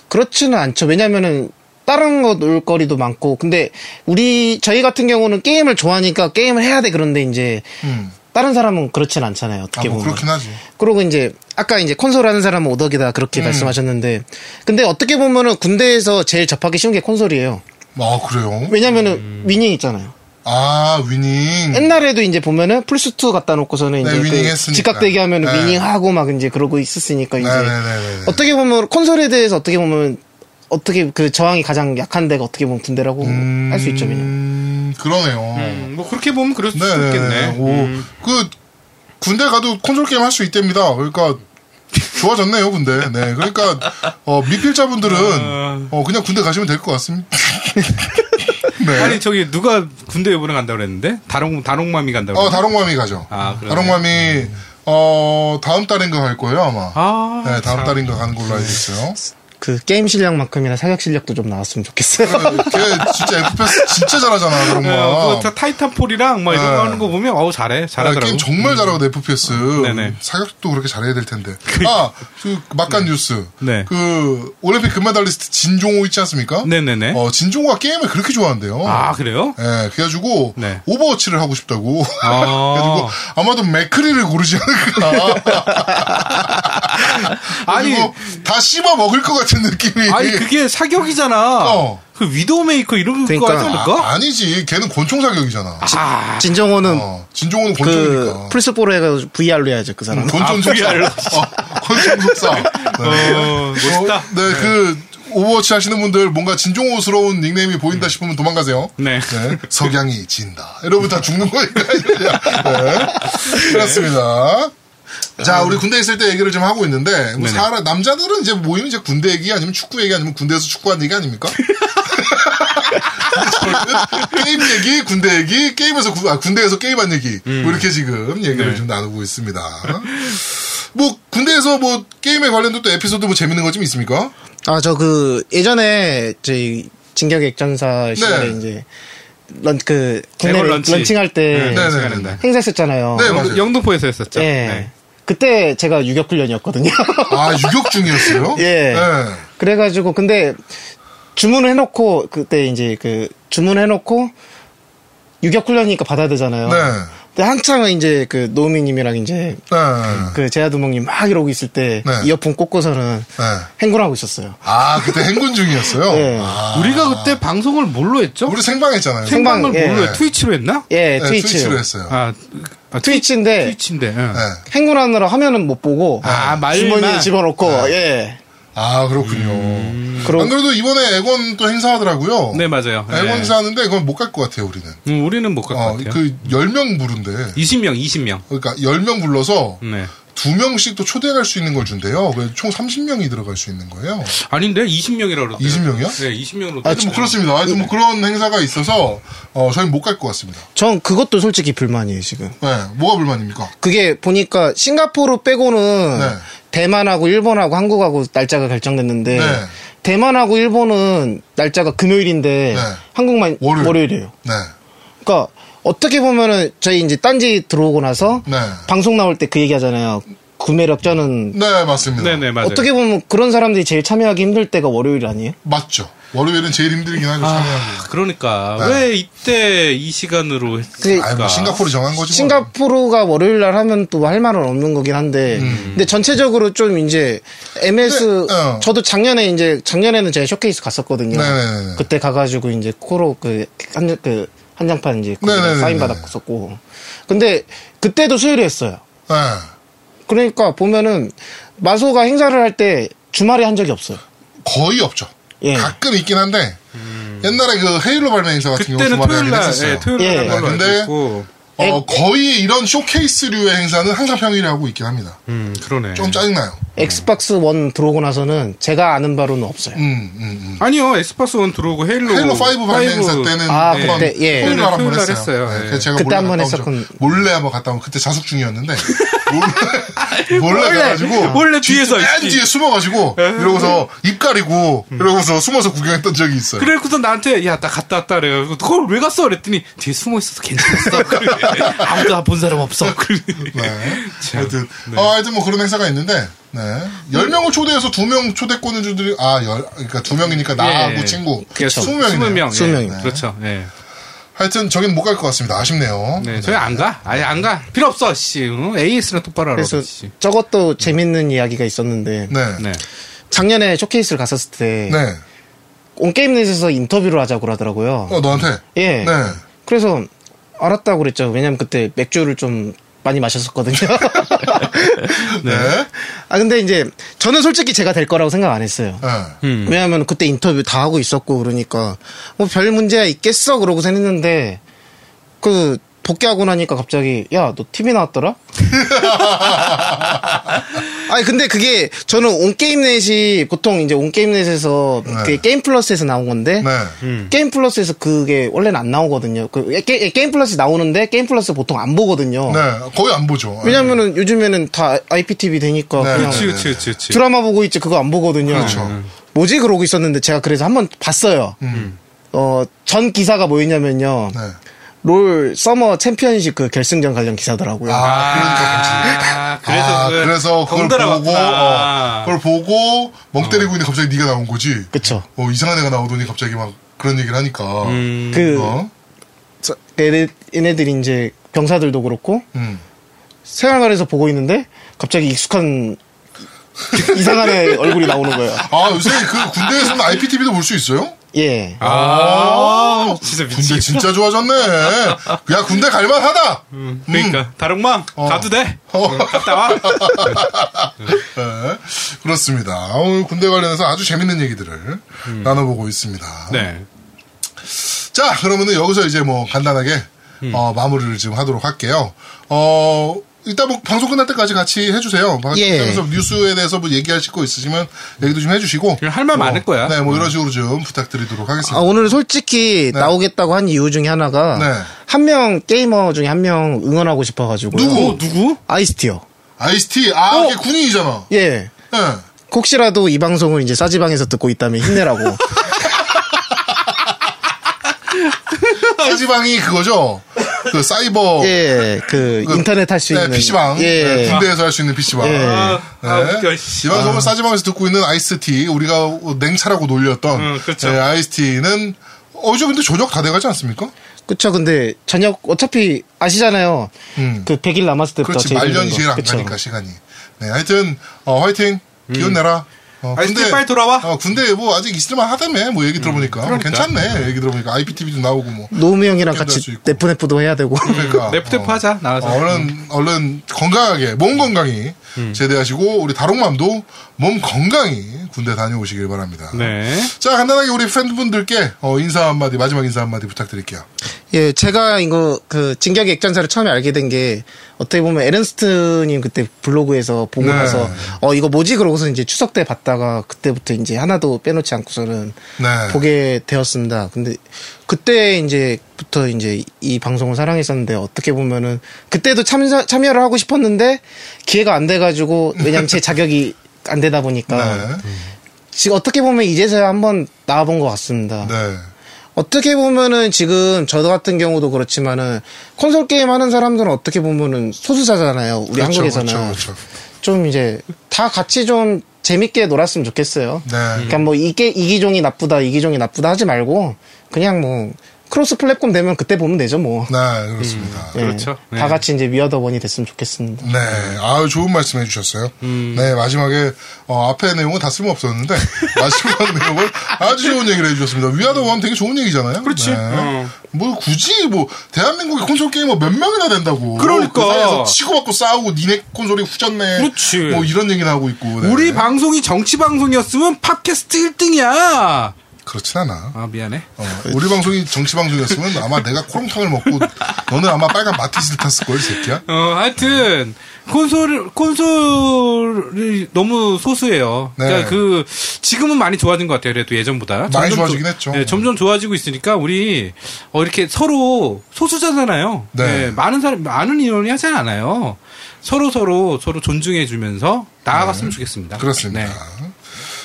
Speaker 3: 그렇지는 않죠. 왜냐면은 다른 거 놀 거리도 많고. 근데 우리 저희 같은 경우는 게임을 좋아하니까 게임을 해야 돼. 그런데 이제
Speaker 1: 음,
Speaker 3: 다른 사람은 그렇진 않잖아요.
Speaker 1: 아,
Speaker 3: 어떻게
Speaker 1: 뭐
Speaker 3: 보면.
Speaker 1: 그렇긴 하지.
Speaker 3: 그리고 이제 아까 이제 콘솔 하는 사람은 오덕이다 그렇게
Speaker 1: 음.
Speaker 3: 말씀하셨는데 근데 어떻게 보면은 군대에서 제일 접하기 쉬운 게 콘솔이에요.
Speaker 1: 아 그래요?
Speaker 3: 왜냐면은
Speaker 1: 음.
Speaker 3: 위닝 있잖아요.
Speaker 1: 아 위닝.
Speaker 3: 음. 옛날에도 이제 보면은 플스2 갖다 놓고서는
Speaker 1: 네,
Speaker 3: 이제
Speaker 1: 위닝
Speaker 3: 그
Speaker 1: 했으니까.
Speaker 3: 직각대기 하면
Speaker 1: 네.
Speaker 3: 은 위닝하고 막 이제 그러고 있었으니까 이제
Speaker 1: 네네네네.
Speaker 3: 어떻게 보면 콘솔에 대해서 어떻게 보면 어떻게 그 저항이 가장 약한 데가 어떻게 보면 군대라고 할 수 있죠, 그냥.
Speaker 1: 음, 그러네요.
Speaker 2: 음, 뭐 그렇게 보면 그럴 수도
Speaker 1: 네네네.
Speaker 2: 있겠네.
Speaker 1: 오,
Speaker 3: 음.
Speaker 1: 그 군대 가도 콘솔 게임 할 수 있답니다. 그러니까 좋아졌네요, 군대. 네, 그러니까 어,
Speaker 2: 아.
Speaker 1: 미필자분들은 어, 그냥 군대 가시면 될 것 같습니다. (laughs) 네.
Speaker 2: 아니 저기 누가 군대 요번에 간다 고 그랬는데 다롱 다롱맘이 간다.
Speaker 1: 어,
Speaker 2: 고
Speaker 1: 다롱맘이 가죠.
Speaker 2: 아, 그러네.
Speaker 1: 다롱맘이 어 다음 달인가 갈 거예요 아마.
Speaker 2: 아,
Speaker 1: 네, 다음 달인가 가는 걸로 알고
Speaker 2: (laughs)
Speaker 1: 있어요.
Speaker 3: 그 게임 실력만큼이나 사격 실력도 좀 나왔으면 좋겠어요.
Speaker 1: 음. 걔 진짜 FPS 진짜 잘하잖아 그런
Speaker 2: 어,
Speaker 1: 거.
Speaker 2: 그 타이탄폴이랑 막 이런
Speaker 1: 네.
Speaker 2: 거 하는 거 보면 어우 잘해
Speaker 1: 아,
Speaker 2: 잘하더라고. 음.
Speaker 1: 게임 정말 잘하거든 FPS.
Speaker 2: 네네.
Speaker 1: 사격도 그렇게 잘해야 될 텐데. 아, 그 막간 뉴스.
Speaker 2: 네.
Speaker 1: 그 올림픽 금메달리스트 진종호 있지 않습니까?
Speaker 2: 네네네.
Speaker 1: 어, 진종호가 게임을 그렇게 좋아한대요.
Speaker 2: 아 그래요?
Speaker 1: 예, 그래가지고
Speaker 2: 네.
Speaker 1: 오버워치를 하고 싶다고.
Speaker 2: 아.
Speaker 1: 그래가지고 아마도 맥크리를 고르지 (laughs) 않을까.
Speaker 2: 어. 아니.
Speaker 1: 그리고 뭐 다 씹어 먹을 것 같은 느낌이.
Speaker 2: 아니 그게 사격이잖아.
Speaker 1: 어.
Speaker 2: 그 위도우 메이커 이런 거
Speaker 3: 그러니까.
Speaker 2: 하지 않을까?
Speaker 1: 아, 니지 걔는 권총 사격이잖아.
Speaker 2: 아,
Speaker 3: (laughs) 진정호는
Speaker 1: 어, 진종호는
Speaker 3: 그
Speaker 1: 권총이니까. 음.
Speaker 3: 플스4로 해가지고 VR로 해야죠, 그 사람. 은
Speaker 1: 권총
Speaker 2: 아,
Speaker 1: 속사.
Speaker 2: VR 로.
Speaker 1: 어, 권총
Speaker 2: (laughs)
Speaker 1: 속사. 네.
Speaker 2: 어,
Speaker 1: 어,
Speaker 2: 멋있다.
Speaker 1: 네, 그 오버워치 하시는 분들 뭔가 진종호스러운 닉네임이
Speaker 2: 음.
Speaker 1: 보인다 싶으면 도망가세요.
Speaker 2: 네.
Speaker 1: 네, 석양이 진다. 여러분 다 죽는 거니까. (laughs) 네. 그렇습니다. 자, 우리 군대 있을 때 얘기를 좀 하고 있는데, 뭐
Speaker 2: 아, 네네.
Speaker 1: 사람, 남자들은 이제 모이면 이제 군대 얘기 아니면 축구 얘기 아니면 군대에서 축구한 얘기
Speaker 2: (laughs)
Speaker 1: 아닙니까? 저희는 게임 얘기, 군대 얘기, 게임에서, 구- 아, 군대에서 게임한 얘기. 뭐 이렇게 지금 얘기를
Speaker 2: 음. 네.
Speaker 1: 좀 나누고 있습니다. 뭐, 군대에서 뭐, 게임에 관련된 또 에피소드 뭐 재밌는 거 좀 있습니까?
Speaker 3: 아, 저 그 예전에 저희 진격 액전사 시절에
Speaker 1: 네.
Speaker 3: 이제 런, 그 국내
Speaker 2: 개월 런치.
Speaker 3: 런칭. 할때
Speaker 2: 네,
Speaker 1: 네, 네,
Speaker 2: 시간인데.
Speaker 1: 네.
Speaker 3: 행사했었잖아요.
Speaker 1: 네,
Speaker 2: 영등-
Speaker 1: 맞아요.
Speaker 2: 영등포에서 했었죠.
Speaker 3: 예.
Speaker 2: 네.
Speaker 3: 그때 제가 유격 훈련이었거든요. (laughs)
Speaker 1: 아, 유격
Speaker 2: (laughs)
Speaker 1: 중이었어요? 네.
Speaker 3: 예. 그래가지고 근데 주문을 해놓고 그때 이제 그 주문해놓고 유격 훈련이니까 받아야 되잖아요.
Speaker 1: 네.
Speaker 3: 근데 한창 이제 그 노우미님이랑 이제
Speaker 1: 네.
Speaker 3: 그 제아두목님 막 이러고 있을 때
Speaker 1: 네.
Speaker 3: 이어폰 꽂고서는
Speaker 1: 네.
Speaker 3: 행군하고 있었어요.
Speaker 1: 아, 그때 행군 중이었어요?
Speaker 3: 네.
Speaker 1: 아.
Speaker 2: 우리가 그때 방송을 뭘로 했죠?
Speaker 1: 우리 생방했잖아요.
Speaker 3: 생방,
Speaker 2: 생방을
Speaker 3: 예.
Speaker 2: 뭘로 해? 트위치로 했나?
Speaker 1: 네,
Speaker 3: 예, 트위치.
Speaker 1: 트위치로 했어요.
Speaker 2: 아, 아, 트위-
Speaker 3: 트위치인데
Speaker 2: 트위치인데. 예.
Speaker 1: 네.
Speaker 3: 행군하느라 화면은 못 보고
Speaker 2: 아, 말만.
Speaker 3: 주머니에 집어넣고 예.
Speaker 1: 아, 그렇군요.
Speaker 3: 그러-
Speaker 1: 안 그래도 이번에 애건 또 행사하더라고요.
Speaker 2: 네, 맞아요.
Speaker 1: 애건
Speaker 2: 예.
Speaker 1: 행사하는데 그건 못 갈 것 같아요, 우리는.
Speaker 2: 음, 우리는 못 갈 것
Speaker 1: 어,
Speaker 2: 같아요.
Speaker 1: 그 10명 부른데.
Speaker 2: 20명, 20명.
Speaker 1: 그러니까 10명 불러서
Speaker 2: 네.
Speaker 1: 두명씩또 초대할 수 있는 걸 준대요. 그래서 총 30명이 들어갈 수 있는 거예요.
Speaker 2: 아닌데 20명이라고 그러더라고요.
Speaker 1: 20명 이요?
Speaker 2: 네, 20명으로.
Speaker 1: 하여튼 뭐 그렇습니다. 하여튼 뭐 그런 행사가 있어서 어, 저희는 못 갈 것 같습니다.
Speaker 3: 전 그것도 솔직히 불만이에요 지금.
Speaker 1: 네, 뭐가 불만입니까?
Speaker 3: 그게 보니까 싱가포르 빼고는
Speaker 1: 네.
Speaker 3: 대만하고 일본하고 한국하고 날짜가 결정됐는데
Speaker 1: 네.
Speaker 3: 대만하고 일본은 날짜가 금요일인데
Speaker 1: 네.
Speaker 3: 한국만
Speaker 1: 월요일.
Speaker 3: 월요일. 이에요
Speaker 1: 네.
Speaker 3: 그러니까 어떻게 보면은 저희 이제 딴지 들어오고 나서
Speaker 1: 네.
Speaker 3: 방송 나올 때 그 얘기 하잖아요. 구매력 저는
Speaker 1: 네, 맞습니다.
Speaker 2: 네네, 맞아요.
Speaker 3: 어떻게 보면 그런 사람들이 제일 참여하기 힘들 때가 월요일 아니에요?
Speaker 1: 맞죠. 월요일은 제일 힘들긴 하죠, 참여하는 게.
Speaker 2: 아, 그러니까.
Speaker 1: 네.
Speaker 2: 왜 이때 이 시간으로
Speaker 3: 그게
Speaker 2: 했을까?
Speaker 1: 아이, 뭐 싱가포르 정한 거지. 뭐.
Speaker 3: 싱가포르가 월요일 날 하면 또 할 말은 없는 거긴 한데 근데 전체적으로 좀 이제 MS
Speaker 1: 음. 근데, 어.
Speaker 3: 저도 작년에 이제 작년에는 제가 쇼케이스 갔었거든요.
Speaker 1: 네네네.
Speaker 3: 그때 가가지고 이제 코로 그한그 한장판 이제 거기다
Speaker 1: 네네네네.
Speaker 3: 사인 받았었고 근데 그때도 수요일에 했어요.
Speaker 1: 네.
Speaker 3: 그러니까 보면은 마소가 행사를 할 때 주말에 한 적이 없어요.
Speaker 1: 음. 거의 없죠.
Speaker 3: 예.
Speaker 1: 가끔 있긴 한데 옛날에 그 헤일로 발매 행사 같은 경우
Speaker 2: 음. 그때는
Speaker 1: 주말에
Speaker 2: 토요일
Speaker 1: 하긴
Speaker 2: 날,
Speaker 1: 했었어요. 아,
Speaker 2: 예, 토요일 날
Speaker 3: 예.
Speaker 2: 하는 걸로
Speaker 1: 근데-
Speaker 2: 알고 있고.
Speaker 1: 어, 거의 이런 쇼케이스류의 행사는 항상 평일에 하고 있긴 합니다.
Speaker 2: 음, 그러네.
Speaker 1: 좀 짜증나요.
Speaker 3: 엑스박스 원 들어오고 나서는 제가 아는 바로는 없어요.
Speaker 1: 음, 음, 음.
Speaker 2: 아니요, 엑스박스 원 들어오고 헤일로.
Speaker 1: 헤일로 5 발매 행사 때는
Speaker 3: 아,
Speaker 1: 한번
Speaker 3: 그때, 예.
Speaker 1: 토요일 날
Speaker 2: 토요일
Speaker 1: 한번
Speaker 2: 날
Speaker 1: 했어요.
Speaker 2: 했어요.
Speaker 1: 네,
Speaker 2: 예.
Speaker 1: 그래서 제가
Speaker 3: 그때
Speaker 1: 몰래
Speaker 3: 한번
Speaker 1: 갔다 온 적-
Speaker 3: 했었군.
Speaker 1: 몰래 한번 갔다 온 그때 자숙 중이었는데 몰래, 몰래
Speaker 2: 몰래,
Speaker 1: 가가지고
Speaker 2: 몰래
Speaker 1: 뒤-
Speaker 2: 뒤에서
Speaker 1: 맨
Speaker 2: 있지. 예. 음.
Speaker 1: 뒤에 숨어가지고 이러고서 입 가리고 이러고서 숨어서 구경했던 적이 있어요.
Speaker 2: 그래갖고서 나한테 야 나 갔다 왔다 그래 그걸 왜 갔어 그랬더니 뒤에 숨어 있어서
Speaker 1: (laughs)
Speaker 2: 괜찮았어 그래. 아무도 본 사람 없어 그래.
Speaker 1: 네.
Speaker 2: 참.
Speaker 1: 하여튼, 아, 하여튼 뭐 그런 행사가 있는데, 네. 10명을 초대해서 2명 초대권을 주들이, 아, 열, 그러니까 2명이니까 나하고
Speaker 2: 예.
Speaker 1: 친구. 그렇죠.
Speaker 3: 그쵸.
Speaker 1: 20명이네요.
Speaker 2: 20명 예.
Speaker 3: 20 명입니다.
Speaker 2: 그렇죠 예.
Speaker 1: 하여튼 저긴 못 갈 것 같습니다. 아쉽네요.
Speaker 2: 네, 저희 안 가? 아예 안 가. 필요 없어, 씨. 응? AS나 똑바로 알아.
Speaker 3: 그래서
Speaker 2: 씨.
Speaker 3: 저것도 재밌는 이야기가 있었는데
Speaker 1: 네. 네.
Speaker 2: 네.
Speaker 3: 작년에 쇼케이스를 갔었을 때 온게임넷에서 인터뷰를 하자고 하더라고요.
Speaker 1: 어, 너한테?
Speaker 3: 예.
Speaker 1: 네.
Speaker 3: 그래서 알았다고 그랬죠. 왜냐면 그때 맥주를 좀
Speaker 1: (laughs)
Speaker 3: 많이 마셨었거든요.
Speaker 1: 네. 네.
Speaker 3: 아 근데 이제 저는 솔직히 제가 될 거라고 생각 안 했어요.
Speaker 1: 아, 음.
Speaker 3: 왜냐하면 그때 인터뷰 다 하고 있었고 그러니까 뭐 별 문제 있겠어 그러고 생각했는데 그 복귀하고 나니까 갑자기 야 너 TV 나왔더라? 아니 근데 그게 저는 온게임넷이 보통 이제 온게임넷에서
Speaker 1: 네.
Speaker 3: 게임 플러스에서 나온 건데
Speaker 1: 네.
Speaker 3: 게임 플러스에서 그게 원래는 안 나오거든요. 그 게, 게임 플러스 나오는데 게임 플러스 보통 안 보거든요.
Speaker 1: 네. 거의 안 보죠.
Speaker 3: 왜냐면은 요즘에는 다 IPTV 되니까
Speaker 1: 네.
Speaker 3: 그냥
Speaker 2: 그치, 그치, 그치, 그치.
Speaker 3: 드라마 보고 있지 그거 안 보거든요. 음.
Speaker 1: 그렇죠. 음.
Speaker 3: 뭐지 그러고 있었는데 제가 그래서 한번 봤어요. 어 전 기사가 뭐였냐면요.
Speaker 1: 네. 네.
Speaker 3: 롤 서머 챔피언십 그 결승전 관련 기사더라고요.
Speaker 1: 아,
Speaker 2: 아,
Speaker 1: 그러니까. 그래서,
Speaker 2: 그래서, 그걸
Speaker 1: 그래서 그걸
Speaker 2: 덩달아
Speaker 1: 보고,
Speaker 2: 왔구나.
Speaker 1: 어, 그걸 보고, 멍 때리고 있는데 갑자기 네가 나온 거지.
Speaker 3: 그쵸.
Speaker 1: 어, 이상한 애가 나오더니 갑자기 막 그런 얘기를 하니까.
Speaker 2: 음,
Speaker 3: 그
Speaker 1: 어?
Speaker 3: 저- 얘네, 얘네들이 이제 병사들도 그렇고
Speaker 1: 음.
Speaker 3: 생활관에서 보고 있는데 갑자기 익숙한 이상한 애 얼굴이 나오는 거예요.
Speaker 1: 아, 요새 그 군대에서는 IPTV도 볼 수 있어요?
Speaker 3: 예.
Speaker 2: 아, 진짜
Speaker 1: 군대
Speaker 2: 미치겠다.
Speaker 1: 진짜 좋아졌네. 야, 군대 갈만하다. 음.
Speaker 2: 그러니까. 다롱망,
Speaker 1: 어.
Speaker 2: 가도 돼.
Speaker 1: 어.
Speaker 2: 응, 갔다 와.
Speaker 1: (laughs) 네, 그렇습니다. 아, 오늘 군대 관련해서 아주 재밌는 얘기들을 나눠보고 있습니다.
Speaker 2: 음. 네.
Speaker 1: 자, 그러면은 여기서 이제 뭐 간단하게
Speaker 2: 음.
Speaker 1: 어, 마무리를 지금 하도록 할게요. 어, 일단 뭐 방송 끝날 때까지 같이 해주세요.
Speaker 3: 예.
Speaker 1: 그래서 뉴스에 대해서 뭐 얘기하실 거 있으시면 얘기도 좀 해주시고.
Speaker 2: 그냥 할말
Speaker 1: 뭐,
Speaker 2: 많을 거야. 음.
Speaker 1: 네, 뭐 이런 식으로 좀 부탁드리도록 하겠습니다.
Speaker 3: 아, 오늘 솔직히 나오겠다고 한 이유 중에 하나가
Speaker 1: 네.
Speaker 3: 한 명 게이머 중에 한 명 응원하고 싶어가지고
Speaker 1: 누구?
Speaker 2: 누구?
Speaker 3: 아이스티요.
Speaker 1: 아이스티, 아,
Speaker 3: 어.
Speaker 1: 이게 군인이잖아.
Speaker 3: 예.
Speaker 1: 예.
Speaker 3: 혹시라도 이 방송을 이제 싸지방에서 듣고 있다면
Speaker 1: (laughs)
Speaker 3: 힘내라고.
Speaker 1: 사지방이 그거죠. 그 사이버.
Speaker 3: (laughs) 예. 그
Speaker 1: 그,
Speaker 3: 인터넷 할 수
Speaker 1: 네,
Speaker 3: 있는
Speaker 1: PC방.
Speaker 3: 예.
Speaker 1: 네, 군대에서 할 수 있는 PC방.
Speaker 3: 예.
Speaker 2: 아, 아, 웃겨, 씨.
Speaker 1: 이 방송을 싸지방에서 듣고 있는 아이스티, 우리가 냉차라고 놀렸던
Speaker 2: 음, 그렇죠.
Speaker 1: 예, 아이스티는 어제 근데 저녁 다 돼가지 않습니까?
Speaker 3: 그쵸. 근데 저녁 어차피 아시잖아요. 그 100일 남았을 때부터
Speaker 1: 음. 그렇지
Speaker 3: 제일 힘든
Speaker 1: 말년이
Speaker 3: 거.
Speaker 1: 제일 안
Speaker 3: 그쵸. 음.
Speaker 1: 가니까 시간이. 네, 하여튼 어, 화이팅 기운 내라. 어,
Speaker 2: 아이스티 빨리 돌아와.
Speaker 1: 어, 군대 뭐 아직 있을만 하다며 뭐 얘기 들어보니까
Speaker 2: 그러니까.
Speaker 1: 괜찮네 얘기 들어보니까 IPTV도 나오고 뭐
Speaker 3: 노무 형이랑
Speaker 1: 그렇게도 할수
Speaker 3: 같이
Speaker 1: 있고.
Speaker 3: 네프네프도 해야 되고.
Speaker 1: 그러니까
Speaker 2: 냅프테프
Speaker 1: 어,
Speaker 2: 하자, 나와서.
Speaker 1: 어, 얼른 얼른 건강하게 몸 건강히 제대하시고 우리 다롱맘도 몸 건강히 군대 다녀오시길 바랍니다.
Speaker 2: 네.
Speaker 1: 자 간단하게 우리 팬분들께 어, 인사 한마디 마지막 인사 한마디 부탁드릴게요.
Speaker 3: 예, 제가 이거 그 진격의 액전사를 처음에 알게 된 게 어떻게 보면 에른스트님 그때 블로그에서 보고
Speaker 1: 네.
Speaker 3: 나서 어 이거 뭐지 그러고서 이제 추석 때 봤다가 그때부터 이제 하나도 빼놓지 않고서는
Speaker 1: 네.
Speaker 3: 보게 되었습니다. 근데 그때 이제부터 이제 이 방송을 사랑했었는데 어떻게 보면은 그때도 참여 참여를 하고 싶었는데 기회가 안 돼가지고 왜냐면 제 자격이 안 되다 보니까
Speaker 1: (laughs) 네.
Speaker 3: 지금 어떻게 보면 이제서야 한번 나와본 것 같습니다.
Speaker 1: 네.
Speaker 3: 어떻게 보면은 지금 저 같은 경우도 그렇지만은 콘솔 게임 하는 사람들은 어떻게 보면은 소수자잖아요. 우리
Speaker 1: 그렇죠,
Speaker 3: 한국에서는
Speaker 1: 그렇죠, 그렇죠.
Speaker 3: 좀 이제 다 같이 좀 재밌게 놀았으면 좋겠어요.
Speaker 1: 네.
Speaker 3: 그러니까 뭐 이게 이기종이 나쁘다 이기종이 나쁘다 하지 말고 그냥 뭐 크로스 플랫폼 되면 그때 보면 되죠 뭐.
Speaker 1: 네, 그렇습니다.
Speaker 3: 예,
Speaker 2: 그렇죠. 네.
Speaker 3: 다 같이 이제 위아더 원이 됐으면 좋겠습니다.
Speaker 1: 네, 아유 좋은 말씀 해주셨어요.
Speaker 2: 음.
Speaker 1: 네 마지막에 어, 앞에 내용은 다 쓸모
Speaker 2: (laughs)
Speaker 1: 없었는데 마지막 내용은 아주 좋은 얘기를 해주셨습니다. 위아더 원 되게 좋은 얘기잖아요.
Speaker 2: 그렇지.
Speaker 1: 네.
Speaker 2: 어.
Speaker 1: 뭐 굳이 뭐 대한민국의 콘솔 게이머 몇 명이나 된다고.
Speaker 2: 그러니까.
Speaker 1: 그 사이에서 치고받고 싸우고 니네 콘솔이 후졌네.
Speaker 2: 그렇지.
Speaker 1: 뭐 이런 얘기 나오고 있고. 네.
Speaker 2: 우리 방송이 정치 방송이었으면 팟캐스트 1등이야.
Speaker 1: 그렇진 않아.
Speaker 2: 아, 미안해.
Speaker 1: 어, 우리 방송이 정치 방송이었으면 아마 내가 코롱탕을
Speaker 2: (laughs)
Speaker 1: 먹고 너는 아마 빨간 마티즈를 탔을 걸 새끼야.
Speaker 2: 어, 하여튼 콘솔 콘솔이 너무 소수예요.
Speaker 1: 네.
Speaker 2: 그러니까 그 지금은 많이 좋아진 것 같아요. 그래도 예전보다
Speaker 1: 많이
Speaker 2: 점점
Speaker 1: 좋아지긴
Speaker 2: 조-
Speaker 1: 했죠.
Speaker 2: 네, 점점 좋아지고 있으니까 우리 어, 이렇게 서로 소수자잖아요.
Speaker 1: 네.
Speaker 2: 많은 사람 많은 인원이 하지 않아요. 서로 서로 서로 존중해주면서 나아갔으면 좋겠습니다.
Speaker 1: 그렇습니다.
Speaker 2: 네.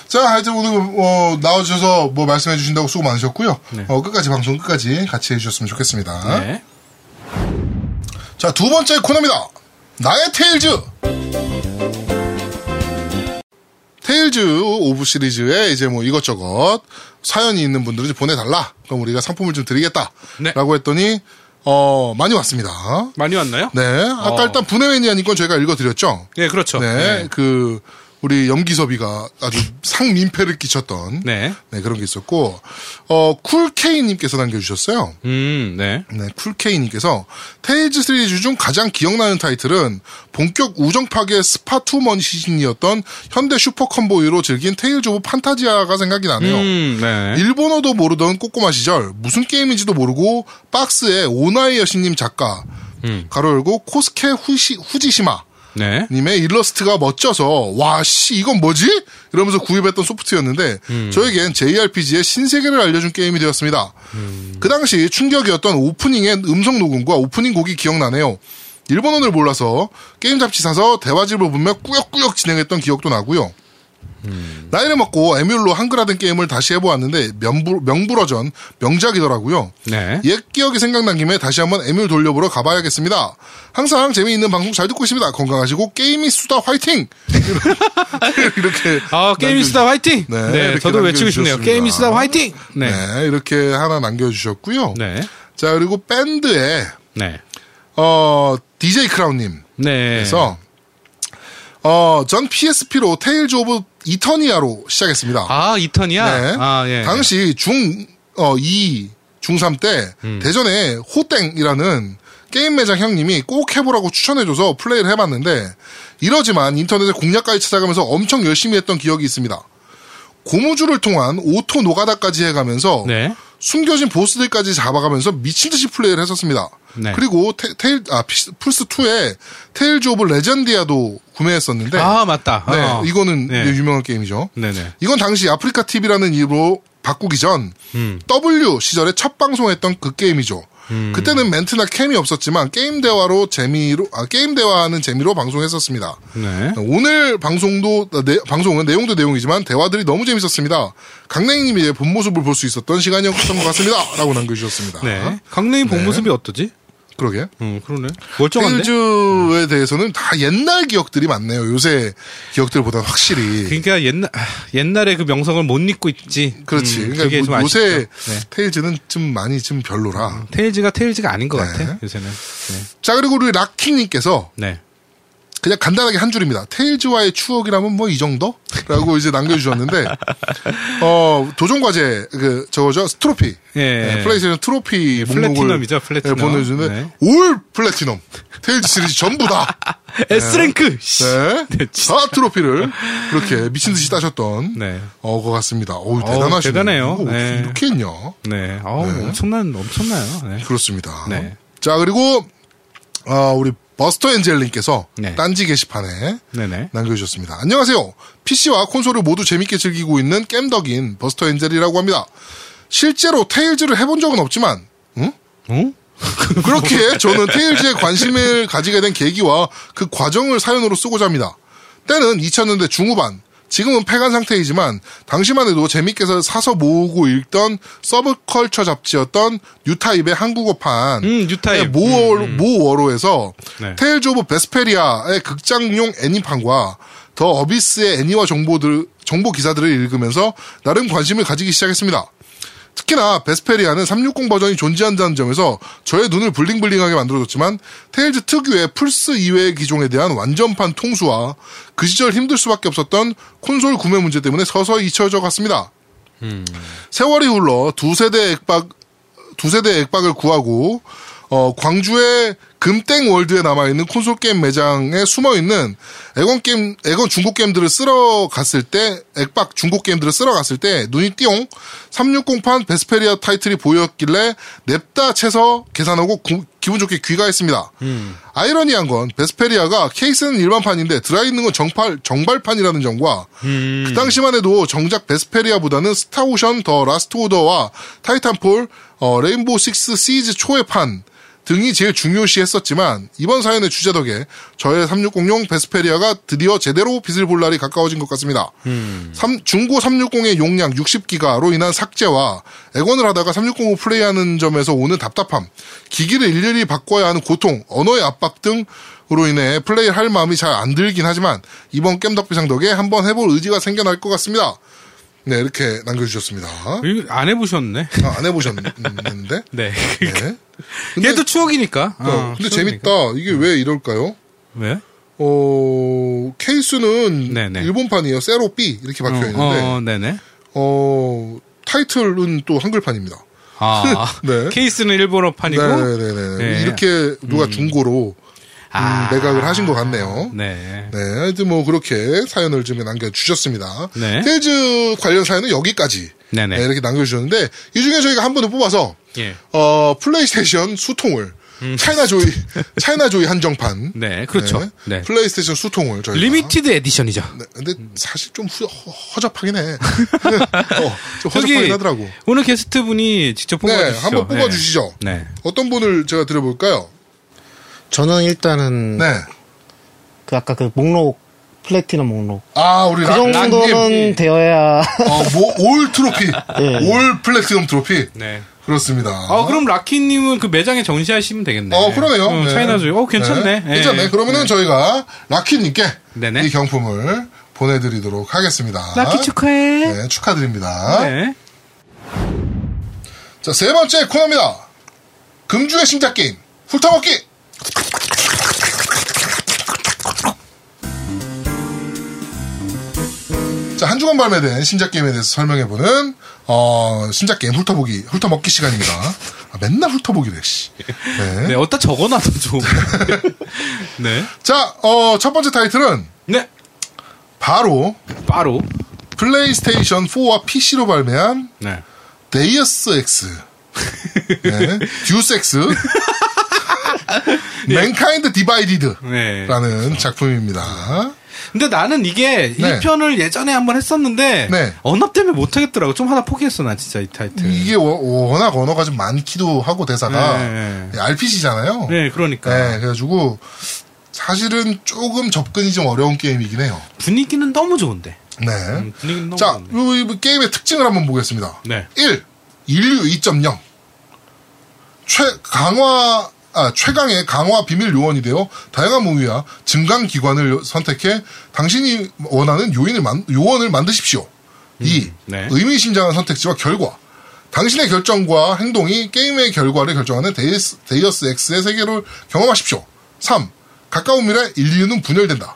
Speaker 1: 자, 하여튼 오늘 어, 나와주셔서 뭐 말씀해 주신다고 수고 많으셨고요.
Speaker 2: 네.
Speaker 1: 어, 끝까지 방송 끝까지 같이 해주셨으면 좋겠습니다.
Speaker 2: 네.
Speaker 1: 자, 두 번째 코너입니다. 나의 테일즈! 테일즈 오브 시리즈에 이제 뭐 이것저것 사연이 있는 분들은 이제 보내달라. 그럼 우리가 상품을 좀 드리겠다.
Speaker 2: 네.
Speaker 1: 라고 했더니, 어, 많이 왔습니다.
Speaker 2: 많이 왔나요?
Speaker 1: 네. 아까
Speaker 2: 어.
Speaker 1: 일단 분해회니아님건 저희가 읽어드렸죠.
Speaker 2: 네, 그렇죠.
Speaker 1: 네,
Speaker 2: 네.
Speaker 1: 그 우리 염기섭이가 아주 상민폐를 끼쳤던 네.
Speaker 2: 네.
Speaker 1: 그런 게 있었고 어 쿨케이님께서 남겨주셨어요.
Speaker 2: 음, 네.
Speaker 1: 네, 쿨케이님께서 테일즈 시리즈 중 가장 기억나는 타이틀은 본격 우정파괴 스파투먼 시즌이었던 현대 슈퍼컨보이로 즐긴 테일즈 오브 판타지아가 생각이 나네요.
Speaker 2: 음, 네.
Speaker 1: 일본어도 모르던 꼬꼬마 시절 무슨 게임인지도 모르고 박스에 오나이 여신님 작가 가로 열고 코스케 후시, 후지시마
Speaker 2: 네.
Speaker 1: 님의 일러스트가 멋져서 와 씨 이건 뭐지? 이러면서 구입했던 소프트였는데 저에겐 JRPG의 신세계를 알려준 게임이 되었습니다. 그 당시 충격이었던 오프닝의 음성 녹음과 오프닝 곡이 기억나네요. 일본어를 몰라서 게임 잡지 사서 대화집을 보며 꾸역꾸역 진행했던 기억도 나고요. 나이를 먹고 에뮬로 한글화된 게임을 다시 해보았는데 명불, 명불허전 명작이더라고요.
Speaker 2: 네.
Speaker 1: 옛 기억이 생각난 김에 다시 한번 에뮬 돌려보러 가봐야겠습니다. 항상 재미있는 방송 잘 듣고 있습니다. 건강하시고 게임이 수다 화이팅! (laughs) 이렇게
Speaker 2: 아, 게임이스다 화이팅!
Speaker 1: 네,
Speaker 2: 네.
Speaker 1: 이렇게
Speaker 2: 저도 외치고 싶네요.
Speaker 1: 남겨주셨습니다.
Speaker 2: 게임이스다 화이팅! 네. 네.
Speaker 1: 네, 이렇게 하나 남겨주셨고요.
Speaker 2: 네.
Speaker 1: 자 그리고 밴드에
Speaker 2: 네.
Speaker 1: 어, DJ 크라운님 그래서
Speaker 2: 네.
Speaker 1: 어, 전 PSP로 테일즈 오브 이터니아로 시작했습니다.
Speaker 2: 아, 이턴이야?
Speaker 1: 네.
Speaker 2: 아, 예.
Speaker 1: 당시 중, 어, 2, 중3 때
Speaker 2: 음.
Speaker 1: 대전에 호땡이라는 게임 매장 형님이 꼭 해보라고 추천해줘서 플레이를 해봤는데 이러지만 인터넷에 공략까지 찾아가면서 엄청 열심히 했던 기억이 있습니다. 고무줄을 통한 오토 노가다까지 해가면서
Speaker 2: 네.
Speaker 1: 숨겨진 보스들까지 잡아가면서 미친 듯이 플레이를 했었습니다.
Speaker 2: 네.
Speaker 1: 그리고 테, 테일 아 플스 2에 테일즈 오브 레전디아도 구매했었는데
Speaker 2: 아, 맞다.
Speaker 1: 네,
Speaker 2: 어.
Speaker 1: 이거는
Speaker 2: 네.
Speaker 1: 이제 유명한 게임이죠.
Speaker 2: 네네.
Speaker 1: 이건 당시 아프리카 TV라는 이름으로 바꾸기 전
Speaker 2: 음.
Speaker 1: W 시절에 첫 방송했던 그 게임이죠. 그때는 멘트나 캠이 없었지만 게임 대화로 재미로 아, 게임 대화하는 재미로 방송했었습니다.
Speaker 2: 네.
Speaker 1: 오늘 방송도 내, 방송은 내용도 내용이지만 대화들이 너무 재밌었습니다. 강냉이님의 본 모습을 볼 수 있었던 시간이었던 것 같습니다.라고 (laughs) 남겨주셨습니다.
Speaker 2: 네. 강냉이 본 모습이 어떠지?
Speaker 1: 그러게.
Speaker 2: 음, 그러네. 멀쩡한데?
Speaker 1: 필즈에 대해서는 다 옛날 기억들이 많네요. 요새 기억들보다 확실히.
Speaker 2: 그러니까 옛날 아, 옛날에 그 명성을 못 잊고 있지.
Speaker 1: 그렇지.
Speaker 2: 음, 그게
Speaker 1: 그러니까
Speaker 2: 좀
Speaker 1: 뭐 요새
Speaker 2: 아쉽죠. 네. 음.
Speaker 1: 테일즈는 좀 많이 좀 별로라.
Speaker 2: 테일즈가 테일즈가 아닌 것
Speaker 1: 네.
Speaker 2: 같아. 요새는.
Speaker 1: 자 그리고 우리 락킹님께서
Speaker 2: 네. 네.
Speaker 1: 그냥 간단하게 한 줄입니다. 테일즈와의 추억이라면 뭐 이 정도?라고 이제
Speaker 2: (laughs)
Speaker 1: 남겨주셨는데 어 도전 과제 그 저거죠 트로피
Speaker 2: 예.
Speaker 1: 네, 플레이스테이션 트로피 목록을
Speaker 2: 플래티넘이죠, 플래티넘.
Speaker 1: 예, 보내주는데
Speaker 2: 네.
Speaker 1: 올 플래티넘 테일즈 시리즈 전부
Speaker 2: (laughs)
Speaker 1: 다.
Speaker 2: S 랭크. 씨.
Speaker 1: 네.
Speaker 2: 네, 진짜.
Speaker 1: 다 트로피를 그렇게 미친 듯이 따셨던
Speaker 2: 네.
Speaker 1: 어, 것 같습니다. 어우, 대단하시네요.
Speaker 2: 대단해요.
Speaker 1: 이거 어떻게
Speaker 2: 네.
Speaker 1: 이렇게 했냐?
Speaker 2: 네. 아우, 엄청난 엄청나요. 네.
Speaker 1: 그렇습니다.
Speaker 2: 네.
Speaker 1: 자 그리고 아, 우리 버스터 엔젤님께서
Speaker 2: 네.
Speaker 1: 딴지 게시판에
Speaker 2: 네네.
Speaker 1: 남겨주셨습니다. 안녕하세요. PC와 콘솔을 모두 재밌게 즐기고 있는 겜덕인 버스터 엔젤이라고 합니다. 실제로 테일즈를 해본 적은 없지만 응?
Speaker 2: 어? (laughs)
Speaker 1: 그렇게 저는 테일즈에 관심을 가지게 된 계기와 그 과정을 사연으로 쓰고자 합니다. 때는 2000년대 중후반, 지금은 폐간 상태이지만 당시만 해도 재밌게 사서 모으고 읽던 서브컬처 잡지였던 뉴타입의 한국어판 네,
Speaker 2: 음, 뉴타입.
Speaker 1: 모월, 모월호에서
Speaker 2: 네.
Speaker 1: 테일즈 오브 베스페리아의 극장용 애니판과 더 어비스의 애니와 정보들, 정보 기사들을 읽으면서 나름 관심을 가지기 시작했습니다. 특히나 베스페리아는 360 버전이 존재한다는 점에서 저의 눈을 블링블링하게 만들어줬지만 테일즈 특유의 플스 이외의 기종에 대한 완전판 통수와 그 시절 힘들 수밖에 없었던 콘솔 구매 문제 때문에 서서히 잊혀져 갔습니다.
Speaker 2: 음.
Speaker 1: 세월이 흘러 두 세대 액박 두 세대 액박을 구하고 어, 광주의 금땡 월드에 남아 있는 콘솔 게임 매장에 숨어 있는 애건 게임 애건 중고 게임들을 쓸어 갔을 때 액박 중고 게임들을 쓸어 갔을 때 눈이 띠용 360판 베스페리아 타이틀이 보였길래 냅다 채서 계산하고 구- 기분 좋게 귀가했습니다. 아이러니한 건 베스페리아가 케이스는 일반판인데 들어 있는 건 정팔 정발판이라는 점과 그 당시만 해도 정작 베스페리아보다는 스타오션 더 라스트 오더와 타이탄폴 어, 레인보우 식스 시즈 초의 판 등이 제일 중요시했었지만 이번 사연의 주제 덕에 저의 360용 베스페리아가 드디어 제대로 빛을 볼 날이 가까워진 것 같습니다.
Speaker 2: 음.
Speaker 1: 삼- 중고 360의 용량 60기가로 인한 삭제와 애건을 하다가 360을 플레이하는 점에서 오는 답답함, 기기를 일일이 바꿔야 하는 고통, 언어의 압박 등으로 인해 플레이를 할 마음이 잘 안 들긴 하지만 이번 겜덕비상 덕에 한번 해볼 의지가 생겨날 것 같습니다. 네, 이렇게 남겨주셨습니다.
Speaker 2: 이거 안 아, 해보셨네. (laughs)
Speaker 1: 아, 안 해보셨는데? 네.
Speaker 2: 네.
Speaker 1: 근데-
Speaker 2: 얘도 추억이니까.
Speaker 1: 어,
Speaker 2: 어,
Speaker 1: 근데
Speaker 2: 추억이니까.
Speaker 1: 재밌다. 이게 왜 이럴까요?
Speaker 2: 왜?
Speaker 1: 어, 케이스는
Speaker 2: 네네.
Speaker 1: 일본판이에요. 세로 B 이렇게 박혀
Speaker 2: 어,
Speaker 1: 있는데,
Speaker 2: 어, 네네.
Speaker 1: 어, 타이틀은 또 한글판입니다.
Speaker 2: 아,
Speaker 1: (laughs) 네.
Speaker 2: 케이스는 일본어판이고.
Speaker 1: 네네네.
Speaker 2: 네.
Speaker 1: 이렇게 누가 중고로
Speaker 2: 아.
Speaker 1: 음, 매각을 하신 것 같네요.
Speaker 2: 네.
Speaker 1: 네, 하여튼 뭐 그렇게 사연을 좀 남겨주셨습니다.
Speaker 2: 네.
Speaker 1: 테즈 관련 사연은 여기까지
Speaker 2: 네네.
Speaker 1: 네, 이렇게 남겨주셨는데 이 중에 저희가 한 분을 뽑아서
Speaker 2: 예.
Speaker 1: 어, 플레이스테이션 수통을 차이나
Speaker 2: (laughs)
Speaker 1: 조이 차이나 조이 한정판
Speaker 2: 음. 네, 그렇죠. 네.
Speaker 1: 플레이스테이션 수통을 저희가
Speaker 2: 리미티드 에디션이죠.
Speaker 1: 네, 근데
Speaker 2: 음.
Speaker 1: 사실 좀 후, 허, 잡하긴 해. (laughs) 어, 좀 허접하긴 하더라고.
Speaker 2: 오늘 게스트 분이 직접
Speaker 1: 네,
Speaker 2: 뽑아주시죠.
Speaker 1: 한번 뽑아주시죠.
Speaker 2: 네. 네.
Speaker 1: 어떤 분을 제가 드려볼까요?
Speaker 3: 저는 일단은
Speaker 1: 네.
Speaker 3: 그 아까 그 목록 플래티넘 목록
Speaker 1: 아, 우리
Speaker 3: 그
Speaker 1: 랑- 랑님.
Speaker 3: 정도는 (laughs) 되어야
Speaker 1: 어, 뭐, 올
Speaker 3: (laughs)
Speaker 1: 트로피.
Speaker 3: 예,
Speaker 1: 올 플래티넘 트로피.
Speaker 2: 네.
Speaker 1: 그렇습니다.
Speaker 2: 아, 그럼 라키님은 그 매장에 전시하시면 되겠네.
Speaker 1: 어, 그러네요.
Speaker 2: 어,
Speaker 1: 네.
Speaker 2: 차이나죠. 어, 괜찮네.
Speaker 1: 네. 괜찮네. 그러면은 저희가 라키님께
Speaker 2: 네네.
Speaker 1: 이 경품을 보내드리도록 하겠습니다.
Speaker 2: 라키 축하해.
Speaker 1: 네, 축하드립니다.
Speaker 2: 네.
Speaker 1: 자, 세 번째 코너입니다. 금주의 신작 게임, 훑어먹기! 자, 한 주간 발매된 신작 게임에 대해서 설명해보는, 어, 신작 게임 훑어보기, 훑어먹기 시간입니다. 아, 맨날 훑어보기래, 씨. 네.
Speaker 2: 네, 어디다 적어놔도 좀.
Speaker 1: (laughs)
Speaker 2: 네.
Speaker 1: 자, 어, 첫 번째 타이틀은
Speaker 2: 네.
Speaker 1: 바로
Speaker 2: 바로.
Speaker 1: 플레이스테이션 4와 PC로 발매한
Speaker 2: 네.
Speaker 1: 데이어스 엑스. 네. 듀스
Speaker 2: (laughs)
Speaker 1: 엑스.
Speaker 2: 예.
Speaker 1: 맨카인드 디바이디드.
Speaker 2: 네.
Speaker 1: 라는 작품입니다.
Speaker 2: 근데 나는 이게
Speaker 1: 네.
Speaker 2: 1편을 예전에 한번 했었는데
Speaker 1: 네. 음.
Speaker 2: 언어 때문에 못 하겠더라고. 좀 하나 포기했어, 나 진짜 이 타이틀.
Speaker 1: 이게 워- 워낙 언어가 좀 많기도 하고 대사가
Speaker 2: 네, 네.
Speaker 1: RPG잖아요. 예,
Speaker 2: 네, 그러니까.
Speaker 1: 그래가지고 사실은 조금 접근이 좀 어려운 게임이긴 해요.
Speaker 2: 분위기는 너무 좋은데.
Speaker 1: 네.
Speaker 2: 음, 분위기는 너무
Speaker 1: 자,
Speaker 2: 좋은데.
Speaker 1: 그리고 이 게임의 특징을 한번 보겠습니다.
Speaker 2: 네.
Speaker 1: 1. 인류 2.0. 최강화, 아, 최강의 강화 비밀 요원이 되어 다양한 무기와 증강 기관을 선택해 당신이 원하는 요인을 만, 요원을 만드십시오. 2.
Speaker 2: 네.
Speaker 1: 음. 의미심장한 선택지와 결과. 당신의 결정과 행동이 게임의 결과를 결정하는 데이스, 데이어스 X의 세계를 경험하십시오. 3. 가까운 미래 인류는 분열된다.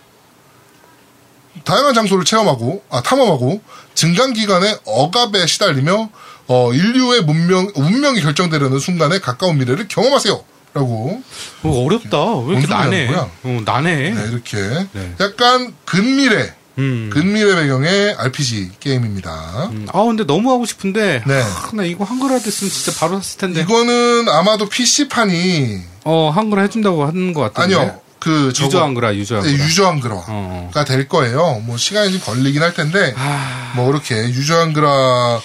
Speaker 1: 다양한 장소를 체험하고 아 탐험하고 증강 기간의 억압에 시달리며 어, 인류의 문명 운명이 결정되려는 순간에 가까운 미래를 경험하세요라고
Speaker 2: 어, 어렵다. 왜 이렇게
Speaker 1: 뭔 소리
Speaker 2: 난해?
Speaker 1: 하는 거야?
Speaker 2: 어, 난해.
Speaker 1: 네, 이렇게
Speaker 2: 네.
Speaker 1: 약간 근미래
Speaker 2: 음.
Speaker 1: 근미래 배경의 RPG 게임입니다.
Speaker 2: 음, 아 근데 너무 하고 싶은데
Speaker 1: 네.
Speaker 2: 하, 나 이거 한글화 됐으면 진짜 바로 샀을 텐데.
Speaker 1: 이거는 아마도 PC 판이
Speaker 2: 어 한글화 해준다고 하는 것 같은데.
Speaker 1: 아니요 그 저거-
Speaker 2: 유저 한글화 유저
Speaker 1: 네,
Speaker 2: 한글화.
Speaker 1: 유저 한글화가
Speaker 2: 어,
Speaker 1: 될 거예요. 뭐 시간이 좀 걸리긴 할 텐데
Speaker 2: 아.
Speaker 1: 뭐 이렇게 유저 한글화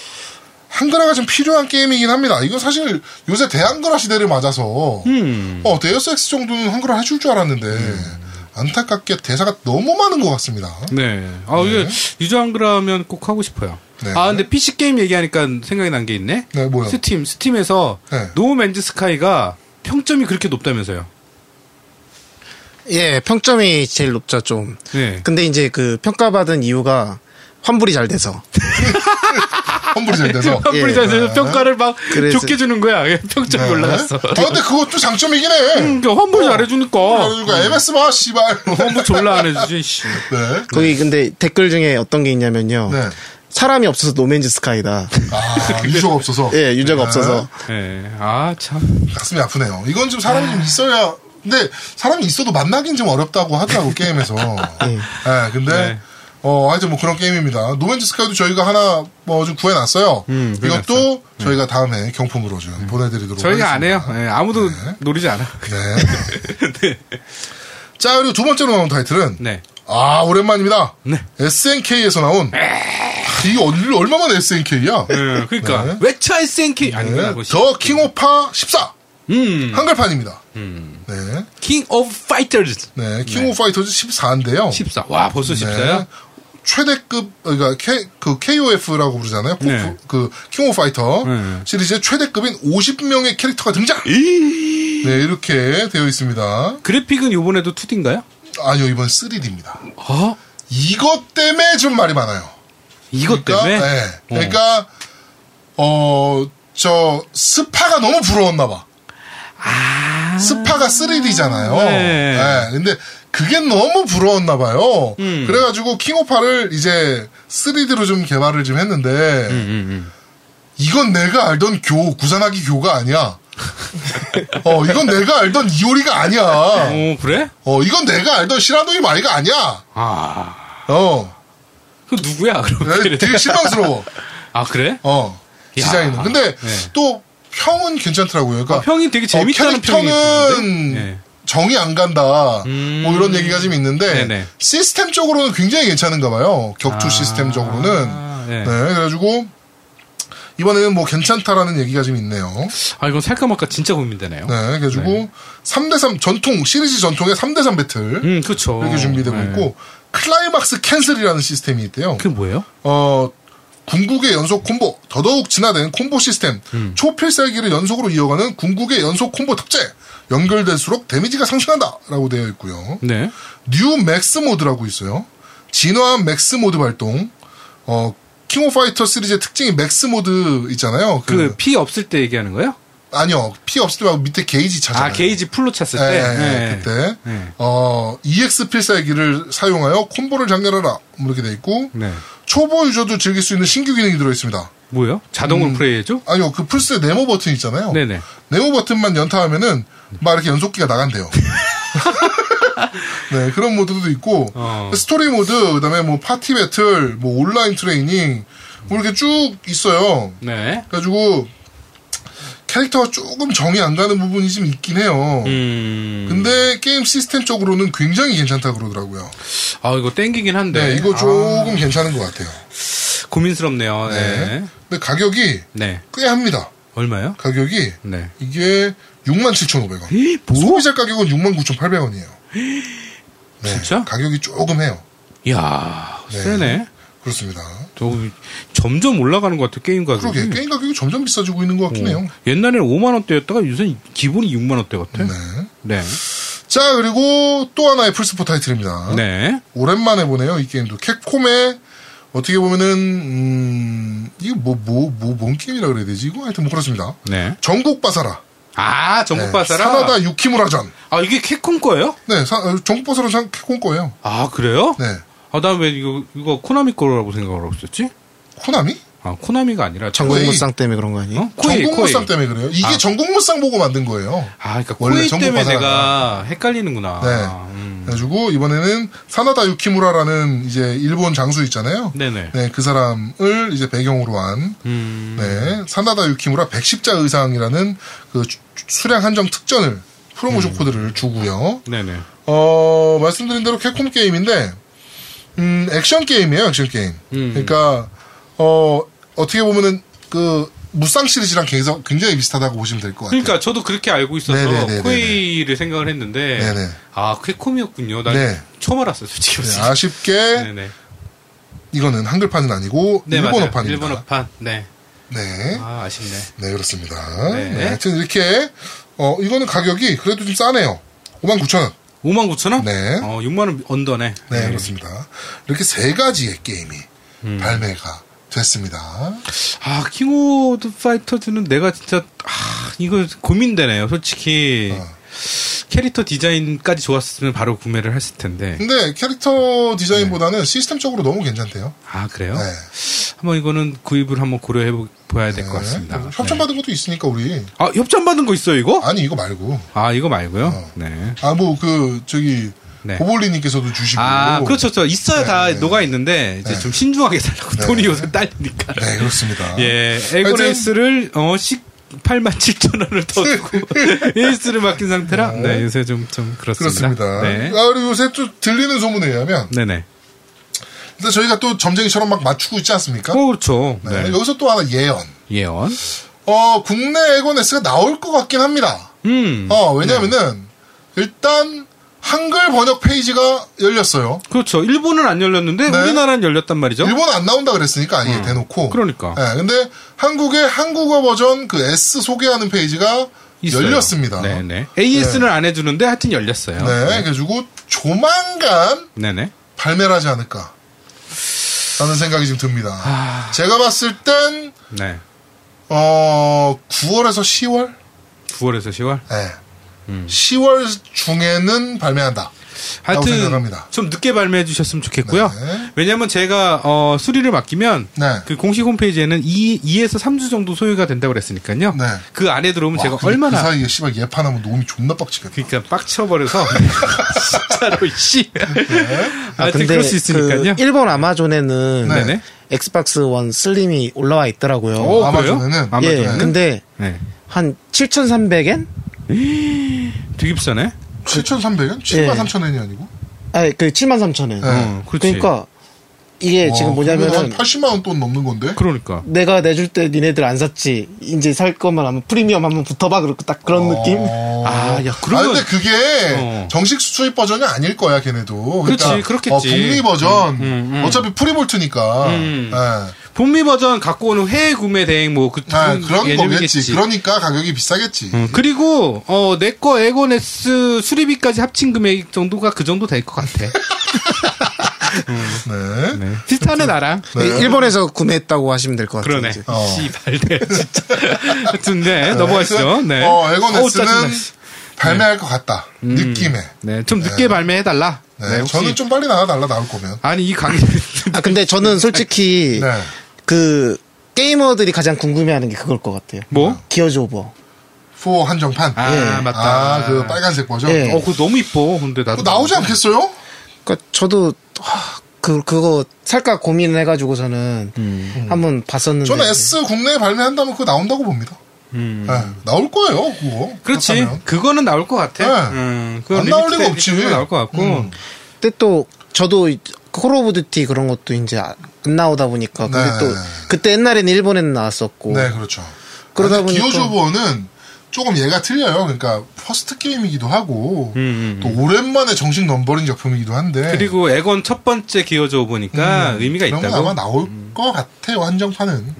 Speaker 1: 한글화가 좀 필요한 게임이긴 합니다. 이거 사실 요새 대한글화 시대를 맞아서
Speaker 2: 음.
Speaker 1: 어 데이어스 엑스 정도는 한글화 해줄 줄 알았는데 안타깝게 대사가 너무 많은 것 같습니다.
Speaker 2: 네. 아 이게 유저 한글화면 꼭 하고 싶어요.
Speaker 1: 네.
Speaker 2: 아 근데 PC 게임 얘기하니까 생각이 난 게 있네.
Speaker 1: 네 뭐요?
Speaker 2: 스팀 스팀에서
Speaker 1: 네.
Speaker 2: 노맨즈 스카이가 평점이 그렇게 높다면서요.
Speaker 3: 예 평점이 제일 높죠 좀
Speaker 2: 네.
Speaker 3: 근데 이제 그 평가받은 이유가 환불이 잘 돼서
Speaker 1: 환불이 잘 돼서.
Speaker 2: (laughs) 환불이 잘 돼서 평가를 막
Speaker 3: 그래서-
Speaker 2: 좋게 주는 거야. 예, 평점이
Speaker 1: 예. 네. 어.
Speaker 2: 올라갔어.
Speaker 1: 아 근데 그것도 장점이긴 해.
Speaker 2: 음, 어. 환불 잘해주니까.
Speaker 1: 그러니까 MS 봐
Speaker 2: (laughs)
Speaker 1: 씨발.
Speaker 2: 환불 졸라 안 해주지. 씨.
Speaker 1: 네.
Speaker 3: 거기 근데 댓글 중에 어떤 게 있냐면요
Speaker 1: 네.
Speaker 3: 사람이 없어서 노맨즈 스카이다
Speaker 1: 아 유저가 없어서.
Speaker 3: 예 유저가
Speaker 1: 네.
Speaker 3: 없어서
Speaker 2: 네. 아 참.
Speaker 1: 가슴이 아프네요. 이건 좀 사람이 좀 있어야. 근데 사람이 있어도 만나긴 좀 어렵다고 (laughs) 하더라고 게임에서. 예. 근데
Speaker 2: 네.
Speaker 1: 어 하여튼 뭐 그런 게임입니다. 노맨즈 스카이도 저희가 하나 뭐 좀 구해놨어요. 네.
Speaker 2: 음,
Speaker 1: 이것도 저희가 다음에 경품으로 좀 보내드리도록
Speaker 2: 저희가 안 해요.
Speaker 1: 하겠습니다.
Speaker 2: 예, 아무도 노리지 않아.
Speaker 1: (laughs) 네. 자 그리고 두 번째로 나온 타이틀은
Speaker 2: 네.
Speaker 1: 아 오랜만입니다.
Speaker 2: 네.
Speaker 1: SNK에서 나온 아, 이게 얼- 얼마만에 SNK야?
Speaker 2: 네, 그러니까
Speaker 1: 네.
Speaker 2: 외차 SNK 아니구나. 그것이.
Speaker 1: 더 킹오파 14.
Speaker 2: 음.
Speaker 1: 한글판입니다.
Speaker 2: 음.
Speaker 1: 네.
Speaker 2: king of fighters
Speaker 1: 네. 킹 오브 파이터즈 14인데요.
Speaker 2: 14. 와, 벌써
Speaker 1: 네.
Speaker 2: 14야?
Speaker 1: 최대급 그러니까 K, 그 KOF라고 부르잖아요.
Speaker 2: 네.
Speaker 1: 그 킹오 파이터
Speaker 2: 네.
Speaker 1: 시리즈의 최대급인 50명의 캐릭터가 등장.
Speaker 2: 이.
Speaker 1: 네, 이렇게 되어 있습니다.
Speaker 2: 그래픽은 요번에도 2D인가요?
Speaker 1: 아니요, 이번 3D입니다.
Speaker 2: 어?
Speaker 1: 이것 때문에 좀 말이 많아요.
Speaker 2: 이것
Speaker 1: 그러니까,
Speaker 2: 때문에? 어.
Speaker 1: 네. 그러니까 어, 저 스파가 너무 부러웠나 봐.
Speaker 2: 아.
Speaker 1: 스파가 3D잖아요. 예.
Speaker 2: 네.
Speaker 1: 근데 그게 너무 부러웠나 봐요.
Speaker 2: 음.
Speaker 1: 그래가지고 킹오파를 이제 3D로 좀 개발을 좀 했는데
Speaker 2: 음, 음,
Speaker 1: 이건 내가 알던 교 구산하기 교가
Speaker 2: (laughs)
Speaker 1: 아니야. 어 이건 내가 알던 이오리가
Speaker 2: 음.
Speaker 1: 아니야.
Speaker 2: 어, 그래?
Speaker 1: 어 이건 내가 알던 시라노이 마이가 아니야.
Speaker 2: 아.
Speaker 1: 어
Speaker 2: 그 누구야, 그럼?
Speaker 1: 되게 실망스러워.
Speaker 2: 아, 그래?
Speaker 1: 어
Speaker 2: 야.
Speaker 1: 디자인은. 근데
Speaker 2: 네.
Speaker 1: 또 평은 괜찮더라고요. 그러니까
Speaker 2: 아, 평이 되게 재밌다는 평이
Speaker 1: 캐릭터는
Speaker 2: 있던데? 네.
Speaker 1: 정이 안 간다.
Speaker 2: 음.
Speaker 1: 뭐 이런 얘기가 좀 있는데
Speaker 2: 네네.
Speaker 1: 시스템 적으로는 굉장히 괜찮은가 봐요. 격투
Speaker 2: 아.
Speaker 1: 시스템 적으로는.
Speaker 2: 네.
Speaker 1: 네. 그래가지고 이번에는 뭐 괜찮다라는 얘기가 좀 있네요.
Speaker 2: 아, 이건 살까 말까 진짜 고민되네요.
Speaker 1: 네, 그래가지고 3대3 전통 시리즈 전통의 3대3 배틀
Speaker 2: 음, 그쵸.
Speaker 1: 이렇게 준비되고
Speaker 2: 네.
Speaker 1: 있고 클라이막스 캔슬이라는 시스템이 있대요.
Speaker 2: 그게 뭐예요?
Speaker 1: 어 궁극의 연속 콤보 더더욱 진화된 콤보 시스템
Speaker 2: 음.
Speaker 1: 초필살기를 연속으로 이어가는 궁극의 연속 콤보 특제 연결될수록 데미지가 상승한다라고 되어 있고요.
Speaker 2: 네.
Speaker 1: 뉴 맥스 모드라고 있어요. 진화한 맥스 모드 발동. 어 킹오 파이터 시리즈의 특징이 맥스 모드 있잖아요. 그,
Speaker 2: 그, 피 없을 때 얘기하는 거예요?
Speaker 1: 아니요 피 없을 때 말고 밑에 게이지
Speaker 2: 아,
Speaker 1: 차잖아요.
Speaker 2: 게이지 풀로 찼을
Speaker 1: 예,
Speaker 2: 때?
Speaker 1: 예, 예,
Speaker 2: 네.
Speaker 1: 그때
Speaker 2: 네.
Speaker 1: 어 EX 필살기를 사용하여 콤보를 장렬하라 뭐 이렇게 돼 있고
Speaker 2: 네.
Speaker 1: 초보 유저도 즐길 수 있는 신규 기능이 들어 있습니다.
Speaker 2: 뭐예요?
Speaker 1: 음.
Speaker 2: 자동으로 플레이해줘?
Speaker 1: 아니요 그 플스 네모 버튼 있잖아요.
Speaker 2: 네네.
Speaker 1: 네모 버튼만 연타하면은 막 이렇게 연속기가
Speaker 2: (laughs)
Speaker 1: 나간대요. (laughs) 네 그런 모드도 있고
Speaker 2: 어.
Speaker 1: 스토리 모드 그다음에 뭐 파티 배틀 뭐 온라인 트레이닝 뭐 이렇게 쭉 있어요.
Speaker 2: 네.
Speaker 1: 그래가지고 캐릭터가 조금 정이 안 가는 부분이 좀 있긴 해요.
Speaker 2: 음.
Speaker 1: 근데 게임 시스템 쪽으로는 굉장히 괜찮다 그러더라고요.
Speaker 2: 아, 이거 땡기긴 한데.
Speaker 1: 네, 이거 조금 괜찮은 것 같아요.
Speaker 2: 아, 고민스럽네요. 네.
Speaker 1: 네.
Speaker 2: 네.
Speaker 1: 근데 가격이 꽤 합니다.
Speaker 2: 얼마요?
Speaker 1: 가격이
Speaker 2: 네.
Speaker 1: 이게 67,500원.
Speaker 2: 에?
Speaker 1: 소비자 가격은 69,800원이에요.
Speaker 2: 네. 진짜?
Speaker 1: 가격이 조금 해요.
Speaker 2: 이야,
Speaker 1: 네.
Speaker 2: 세네.
Speaker 1: 그렇습니다.
Speaker 2: 저, 점점 올라가는 것 같아, 게임 가격이.
Speaker 1: 그러게 게임 가격이 점점 비싸지고 있는 것
Speaker 2: 음.
Speaker 1: 같긴 해요.
Speaker 2: 옛날에는 5만원대였다가 요새 기본이 6만원대 같아.
Speaker 1: 네.
Speaker 2: 네.
Speaker 1: 자 그리고 또 하나의 플스4 타이틀입니다.
Speaker 2: 네.
Speaker 1: 오랜만에 보네요 이 게임도 캡콤의 어떻게 보면은 음, 이거 뭐뭐뭐뭔 게임이라 그래야 되지 이거 하여튼 뭐 그렇습니다.
Speaker 2: 네.
Speaker 1: 전국 바사라. 네.
Speaker 2: 아, 전국바사라?
Speaker 1: 사나다 유키무라전.
Speaker 2: 아, 이게 캡콤 거예요?
Speaker 1: 네, 사- 어, 전국 바사라 참 캡콤 거예요.
Speaker 2: 아, 그래요?
Speaker 1: 네,
Speaker 2: 아, 나 왜 이거, 이거 코나미 거라고 생각을 하고 있었지?
Speaker 1: 코나미?
Speaker 2: 아, 코나미가 아니라.
Speaker 1: 전국이-
Speaker 3: 전국무쌍 때문에 그런 거 아니에요?
Speaker 2: 어? 코이, 코이.
Speaker 1: 전국무쌍 때문에 그래요. 이게
Speaker 2: 아.
Speaker 1: 전국무쌍 보고 만든 거예요.
Speaker 2: 아, 그러니까
Speaker 1: 원래
Speaker 2: 코이
Speaker 1: 전국
Speaker 2: 때문에
Speaker 1: 바사라가.
Speaker 2: 내가 헷갈리는구나.
Speaker 1: 네.
Speaker 2: 음.
Speaker 1: 그래가지고 이번에는 사나다 유키무라라는 이제 일본 장수 있잖아요.
Speaker 2: 네네.
Speaker 1: 네, 그 사람을 이제 배경으로 한
Speaker 2: 음.
Speaker 1: 네, 사나다 유키무라 110자 의상이라는 그 주- 수량 한정 특전을
Speaker 2: 음.
Speaker 1: 프로모션 코드를 주고요.
Speaker 2: 네네.
Speaker 1: 어, 말씀드린 대로 캡콤 게임인데, 음, 액션 게임이에요, 액션 게임.
Speaker 2: 음.
Speaker 1: 그러니까, 어, 어떻게 보면은, 그, 무쌍 시리즈랑 계속 굉장히 비슷하다고 보시면 될 것 같아요.
Speaker 2: 그러니까 저도 그렇게 알고 있어서
Speaker 1: 네네네네네.
Speaker 2: 코이를 생각을 했는데
Speaker 1: 네네.
Speaker 2: 아 캡콤이었군요. 난
Speaker 1: 네.
Speaker 2: 처음 알았어요, 솔직히.
Speaker 1: 네,
Speaker 2: 말해서.
Speaker 1: 아쉽게,
Speaker 2: 네네.
Speaker 1: 이거는 한글판은 아니고,
Speaker 2: 네, 맞아요.
Speaker 1: 일본어판입니다.
Speaker 2: 일본어판. 네.
Speaker 1: 네.
Speaker 2: 아 아쉽네.
Speaker 1: 네, 그렇습니다.
Speaker 2: 네.
Speaker 1: 네. 하여튼 이렇게, 어, 이거는 가격이 그래도 좀 싸네요. 59,000원.
Speaker 2: 5만 9천 원?
Speaker 1: 네.
Speaker 2: 어 6만 원 언더네.
Speaker 1: 네, 그렇습니다. 이렇게 세 가지의 게임이
Speaker 2: 음.
Speaker 1: 발매가 됐습니다.
Speaker 2: 아 킹오드 파이터즈는 내가 진짜 아 이거 고민되네요, 솔직히.
Speaker 1: 어.
Speaker 2: 캐릭터 디자인까지 좋았으면 바로 구매를 했을 텐데.
Speaker 1: 근데 캐릭터
Speaker 2: 네.
Speaker 1: 디자인보다는 시스템적으로 너무 괜찮대요.
Speaker 2: 아 그래요?
Speaker 1: 네.
Speaker 2: 한번 이거는 구입을 한번 고려해 봐야 될 것
Speaker 1: 네.
Speaker 2: 같습니다.
Speaker 1: 그리고 협찬받은 것도 있으니까 우리
Speaker 2: 아 협찬 받은 거 있어요 이거?
Speaker 1: 아니 이거 말고
Speaker 2: 아 이거 말고요. 네.
Speaker 1: 아 뭐 그 저기
Speaker 2: 네.
Speaker 1: 고볼리님께서도 주시고
Speaker 2: 아 그렇죠, 그렇죠. 있어야 다
Speaker 1: 네.
Speaker 2: 녹아 있는데 이제
Speaker 1: 네.
Speaker 2: 좀 신중하게 살라고 돈이 요새 딸리니까.
Speaker 1: 네 그렇습니다.
Speaker 2: 예,
Speaker 1: 아,
Speaker 2: 에고레이스를 어 18만 7천 원을 더 주고 (laughs) 에이스를 맡긴 상태라. 네, 요새 좀 좀 그렇습니다.
Speaker 1: 그렇습니다.
Speaker 2: 네.
Speaker 1: 아, 그리고 요새 또 들리는 소문에 의하면
Speaker 2: 네네.
Speaker 1: 일단 저희가 또 점쟁이처럼 막 맞추고 있지 않습니까?
Speaker 2: 어 그렇죠.
Speaker 1: 네.
Speaker 2: 네.
Speaker 1: 여기서 또 하나 예언.
Speaker 2: 예언.
Speaker 1: 어 국내 에고네스가 나올 것 같긴 합니다.
Speaker 2: 음.
Speaker 1: 어, 왜냐면은, 일단, 한글 번역 페이지가 열렸어요.
Speaker 2: 그렇죠. 일본은 안 열렸는데
Speaker 1: 네.
Speaker 2: 우리나라는 열렸단 말이죠.
Speaker 1: 일본 안 나온다 그랬으니까 아예 대놓고.
Speaker 2: 그러니까.
Speaker 1: 예, 근데 한국의 한국어 버전 그 S 소개하는 페이지가
Speaker 2: 있어요.
Speaker 1: 열렸습니다.
Speaker 2: 네, 아, 네. AS는 안 해주는데 하여튼 열렸어요.
Speaker 1: 네, 그래가지고 조만간
Speaker 2: 네, 네.
Speaker 1: 발매를 하지 않을까. 라는 생각이 지금 듭니다.
Speaker 2: 아.
Speaker 1: 제가 봤을 땐,
Speaker 2: 네.
Speaker 1: 어, 9월에서 10월?
Speaker 2: 9월에서 10월.
Speaker 1: 예.
Speaker 2: 음.
Speaker 1: 10월 중에는 발매한다. 라고
Speaker 2: 하여튼
Speaker 1: 생각합니다.
Speaker 2: 좀 늦게 발매해 주셨으면 좋겠고요.
Speaker 1: 네.
Speaker 2: 왜냐하면 제가 어, 수리를 맡기면
Speaker 1: 네.
Speaker 2: 그 공식 홈페이지에는 2, 2에서 3주 정도 소요가 된다고 그랬으니까요.
Speaker 1: 네.
Speaker 2: 그 안에 들어오면
Speaker 1: 와,
Speaker 2: 제가
Speaker 1: 근데
Speaker 2: 얼마나
Speaker 1: 그 사이에 씨발 예판하면 놈이 존나 빡치겠다.
Speaker 2: 그러니까
Speaker 1: (laughs)
Speaker 2: 빡쳐버려서
Speaker 1: 네.
Speaker 2: 진짜로 씨.
Speaker 1: 아,
Speaker 2: 하여튼
Speaker 3: 근데
Speaker 2: 그럴 아, 수 있으니까요.
Speaker 3: 그 일본 아마존에는
Speaker 1: 네.
Speaker 2: 네네.
Speaker 3: 엑스박스 원 슬림이 올라와 있더라고요.
Speaker 2: 오,
Speaker 1: 아마존에는?
Speaker 2: 어, 그래요?
Speaker 1: 예,
Speaker 3: 예,
Speaker 2: 아마존에는?
Speaker 3: 근데
Speaker 2: 네.
Speaker 3: 한 7,300엔?
Speaker 2: 되게 비싸네.
Speaker 1: 7,300엔? 7만
Speaker 3: 예.
Speaker 1: 3,000엔이 아니고?
Speaker 3: 아니, 그 73,000엔.
Speaker 1: 네.
Speaker 2: 어, 그렇지.
Speaker 3: 그러니까
Speaker 2: 예,
Speaker 3: 이게 지금
Speaker 1: 한
Speaker 3: 뭐냐면은
Speaker 1: 80만 원 돈 넘는 건데?
Speaker 2: 그러니까.
Speaker 3: 내가 내줄 때 니네들 안 샀지. 이제 살 거면 한번 프리미엄 한번 붙어봐. 그렇고 딱 그런 느낌?
Speaker 2: 아, 야,
Speaker 1: 아,
Speaker 2: 그러면
Speaker 1: 근데 그게
Speaker 2: 어.
Speaker 1: 정식 수입 버전이 아닐 거야, 걔네도.
Speaker 2: 그렇지, 그렇겠지.
Speaker 1: 어, 북미 버전.
Speaker 2: 음, 음, 음.
Speaker 1: 어차피 프리볼트니까.
Speaker 2: 음.
Speaker 1: 예.
Speaker 2: 북미 버전 갖고 오는 해외 구매 대행 뭐그
Speaker 1: 아, 그런 거겠지. 그러니까 가격이 비싸겠지.
Speaker 2: 음. 그리고 어 내 거 에고넥스 수리비까지 합친 금액 정도가 그 정도 될 것 같아.
Speaker 1: 네.
Speaker 2: 네. 비슷하네 나랑.
Speaker 1: 네.
Speaker 3: 일본에서 구매했다고 하시면 될 것 같아요.
Speaker 2: 그러네.
Speaker 3: 이제.
Speaker 1: 어.
Speaker 2: 씨발, 네, 진짜. (laughs) 하여튼, 네, 넘어가시죠.
Speaker 1: 하여튼,
Speaker 2: 네.
Speaker 1: 어,
Speaker 2: 어우,
Speaker 1: 에고넥스는
Speaker 2: 짜증나.
Speaker 1: 발매할 것 같다. 느낌에.
Speaker 2: 네, 좀 늦게 발매해달라.
Speaker 1: 네,
Speaker 2: 네, 혹시-
Speaker 1: 저는 좀 빨리 나와달라, 나올 거면.
Speaker 2: 아니, 이 강의.
Speaker 3: 아, 근데 저는 솔직히
Speaker 1: (laughs) 네.
Speaker 3: 그 게이머들이 가장 궁금해하는 게 그거일 것 같아요.
Speaker 2: (laughs) 뭐?
Speaker 3: 기어즈 오버.
Speaker 1: 4 한정판.
Speaker 2: 아, 맞다.
Speaker 1: 아, 그 빨간색 버전.
Speaker 3: 예.
Speaker 2: 어, 그거 너무 이뻐. 근데 나도. 음.
Speaker 1: 그거 나오지 않겠어요?
Speaker 2: 네.
Speaker 3: 그러니까 저도 하, 그 그거 살까 고민을 해가지고 저는 한번 봤었는데.
Speaker 1: 저는 S 국내에 발매한다면 그거 나온다고 봅니다.
Speaker 2: 음.
Speaker 1: 예, 나올 거예요, 그거.
Speaker 2: 그렇지.
Speaker 1: 그렇다면.
Speaker 2: 그거는 나올 것 같아.
Speaker 1: 네.
Speaker 2: 음, 그건
Speaker 1: 안 나올
Speaker 2: 리믹스
Speaker 1: 리가 없지.
Speaker 2: 에디션은 나올 것 같고.
Speaker 1: 음.
Speaker 3: 근데 또 저도 이- 콜 오브 듀티 그런 것도 이제 안 나오다 보니까 근데
Speaker 1: 네.
Speaker 3: 또 그때 옛날에는 일본에는 나왔었고
Speaker 1: 네, 그렇죠.
Speaker 3: 그러다
Speaker 1: 근데
Speaker 3: 보니까-
Speaker 1: 기어조버는 조금 얘가 틀려요. 그러니까 퍼스트 게임이기도 하고
Speaker 2: 음, 음,
Speaker 1: 또 오랜만에 정식 넘버링 작품이기도 한데
Speaker 2: 그리고 에건 첫 번째 기어져 보니까 의미가
Speaker 1: 음. 그런 건
Speaker 2: 있다고. 음. 네.
Speaker 1: 아마 나올 것 같아요. 한정판은.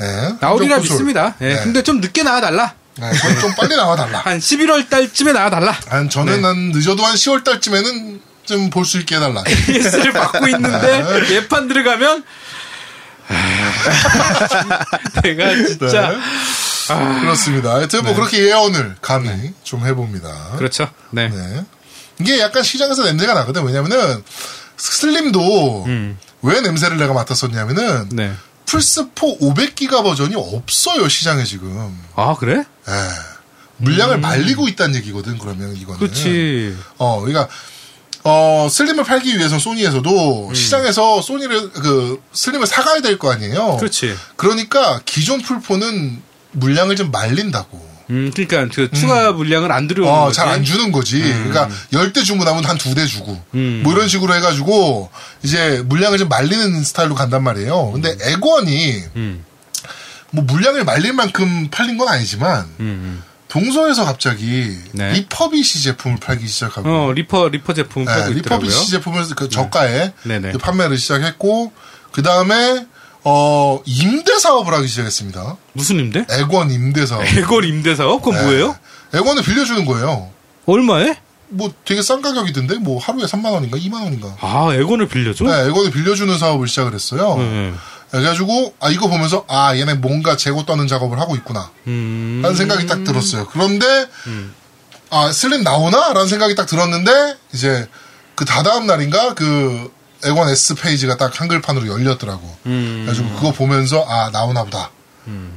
Speaker 1: 예,
Speaker 2: 나오리라
Speaker 1: 한정 콘솔.
Speaker 2: 믿습니다. 예,
Speaker 1: 네.
Speaker 2: 근데 좀 늦게 나와달라.
Speaker 1: 네, 저는 좀 빨리
Speaker 2: (laughs)
Speaker 1: 나와달라.
Speaker 2: 한 11월 달쯤에 나와달라.
Speaker 1: 한 저는 한
Speaker 2: 네.
Speaker 1: 늦어도 한 10월 달쯤에는 좀 볼 수 있게
Speaker 2: (laughs)
Speaker 1: 해달라. (laughs)
Speaker 2: PS를 받고 있는데 예판 들어가면 (laughs) 내가 진짜
Speaker 1: 아. 네. 그렇습니다. 하여튼
Speaker 2: 네.
Speaker 1: 뭐 그렇게 예언을 감히 좀 해봅니다.
Speaker 2: 그렇죠. 네.
Speaker 1: 네. 이게 약간 시장에서 냄새가 나거든. 왜냐면은 슬림도 왜 냄새를 내가 맡았었냐면은
Speaker 2: 음. 네.
Speaker 1: 플스4 500기가 버전이 없어요 시장에 지금.
Speaker 2: 아 그래?
Speaker 1: 예. 물량을 말리고 있다는 얘기거든. 그러면 이거는.
Speaker 2: 음. 그렇지.
Speaker 1: 어, 그러니까 어 슬림을 팔기 위해서 소니에서도
Speaker 2: 음.
Speaker 1: 시장에서 소니를 그 슬림을 사가야 될 거 아니에요.
Speaker 2: 그렇지.
Speaker 1: 그러니까 기존 풀포는 물량을 좀 말린다고.
Speaker 2: 음, 그러니까 그 추가 물량을 안 들여오는
Speaker 1: 어,
Speaker 2: 거지.
Speaker 1: 잘 안 주는 거지. 그러니까 열 대 주문하면 한 두 대 주고
Speaker 2: 음.
Speaker 1: 뭐 이런 식으로 해가지고 이제 물량을 좀 말리는 스타일로 간단 말이에요. 근데 액원이
Speaker 2: 음,
Speaker 1: 뭐 물량을 말릴 만큼 팔린 건 아니지만
Speaker 2: 음,
Speaker 1: 동서에서 갑자기
Speaker 2: 네.
Speaker 1: 리퍼비시 제품을 팔기
Speaker 2: 음.
Speaker 1: 시작하고 네,
Speaker 2: 어 리퍼 리퍼 제품 팔고 있더라고요. 네.
Speaker 1: 리퍼비시 제품을 그 저가에
Speaker 2: 네네.
Speaker 1: 이제 판매를 시작했고 그 다음에 어 임대 사업을 하기 시작했습니다.
Speaker 2: 무슨 임대?
Speaker 1: 액원 임대
Speaker 2: (laughs)
Speaker 1: 사업.
Speaker 2: 대걸 임대 사업?
Speaker 1: 네.
Speaker 2: 그건 뭐예요?
Speaker 1: 액원을 빌려주는 거예요.
Speaker 2: 얼마에?
Speaker 1: 뭐 되게 싼 가격이던데 뭐 하루에 3만 원인가 2만 원인가.
Speaker 2: 아 에건을 빌려줘?
Speaker 1: 네, 액원을 빌려주는 사업을 시작을 했어요.
Speaker 2: 네.
Speaker 1: 그래가지고 아 이거 보면서 아 얘네 뭔가 재고 떠는 작업을 하고 있구나
Speaker 2: 음.
Speaker 1: 라는 생각이 딱 들었어요. 그런데 아 슬림 나오나? 라는 생각이 딱 들었는데 이제 그 다다음 날인가 그 액원 S 페이지가 딱 한글판으로 열렸더라고.
Speaker 2: 음.
Speaker 1: 그래가지고 그거 보면서 아 나오나 보다.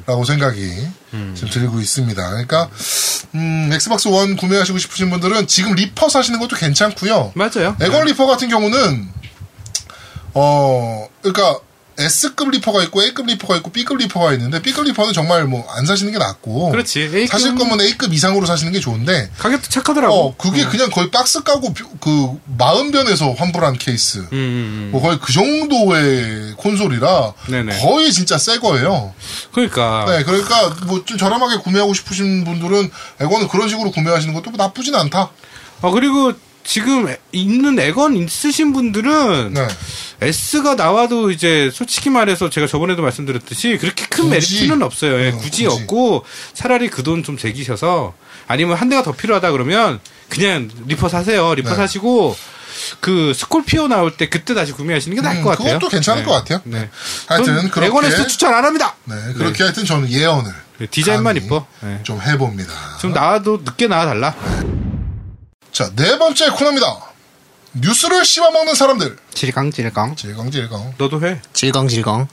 Speaker 1: 라고 생각이 지금 들고 있습니다. 그러니까 음, 엑스박스 원 구매하시고 싶으신 분들은 지금 리퍼 사시는 것도 괜찮고요.
Speaker 2: 맞아요.
Speaker 1: 에건 리퍼 같은 경우는 어 그러니까 S급 리퍼가 있고 A급 리퍼가 있고 B급 리퍼가 있는데 B급 리퍼는 정말 뭐 안 사시는 게 낫고
Speaker 2: 그렇지. A급
Speaker 1: 사실 거면 A급 이상으로 사시는 게 좋은데
Speaker 2: 가격도 착하더라고.
Speaker 1: 어 그게
Speaker 2: 음.
Speaker 1: 그냥 거의 박스 까고 뷰- 그 마음 변에서 환불한 케이스
Speaker 2: 음, 음, 음.
Speaker 1: 뭐 거의 그 정도의 콘솔이라
Speaker 2: 네네.
Speaker 1: 거의 진짜 새 거예요.
Speaker 2: 그러니까
Speaker 1: 네, 그러니까 뭐 좀 저렴하게 구매하고 싶으신 분들은 에고는 그런 식으로 구매하시는 것도 뭐 나쁘진 않다.
Speaker 2: 아 그리고 지금 있는 에건 있으신 분들은
Speaker 1: 네.
Speaker 2: S가 나와도 이제 솔직히 말해서 제가 저번에도 말씀드렸듯이 그렇게 큰
Speaker 1: 굳이.
Speaker 2: 메리트는 없어요. 예,
Speaker 1: 어,
Speaker 2: 굳이,
Speaker 1: 굳이.
Speaker 2: 없고 차라리 그 돈 좀 제기셔서 아니면 한 대가 더 필요하다 그러면 그냥 리퍼 사세요. 리퍼
Speaker 1: 네.
Speaker 2: 사시고 그 스콜피오 나올 때 그때 다시 구매하시는 게 나을
Speaker 1: 음,
Speaker 2: 것 같아요.
Speaker 1: 그것도 괜찮을 것 같아요.
Speaker 2: 네.
Speaker 1: 하여튼
Speaker 2: 전
Speaker 1: 그렇게
Speaker 2: 에건에서 추천 안 합니다.
Speaker 1: 네, 그렇게 하여튼 저는 예언을
Speaker 2: 네, 디자인만
Speaker 1: 감히
Speaker 2: 이뻐. 네.
Speaker 1: 좀 해봅니다.
Speaker 2: 좀 나와도 늦게 나와 달라.
Speaker 1: 자, 네 번째 코너입니다. 뉴스를 씹어먹는 사람들.
Speaker 3: 질강 질강
Speaker 1: 질강 질강.
Speaker 2: 너도 해.
Speaker 3: 질강 질강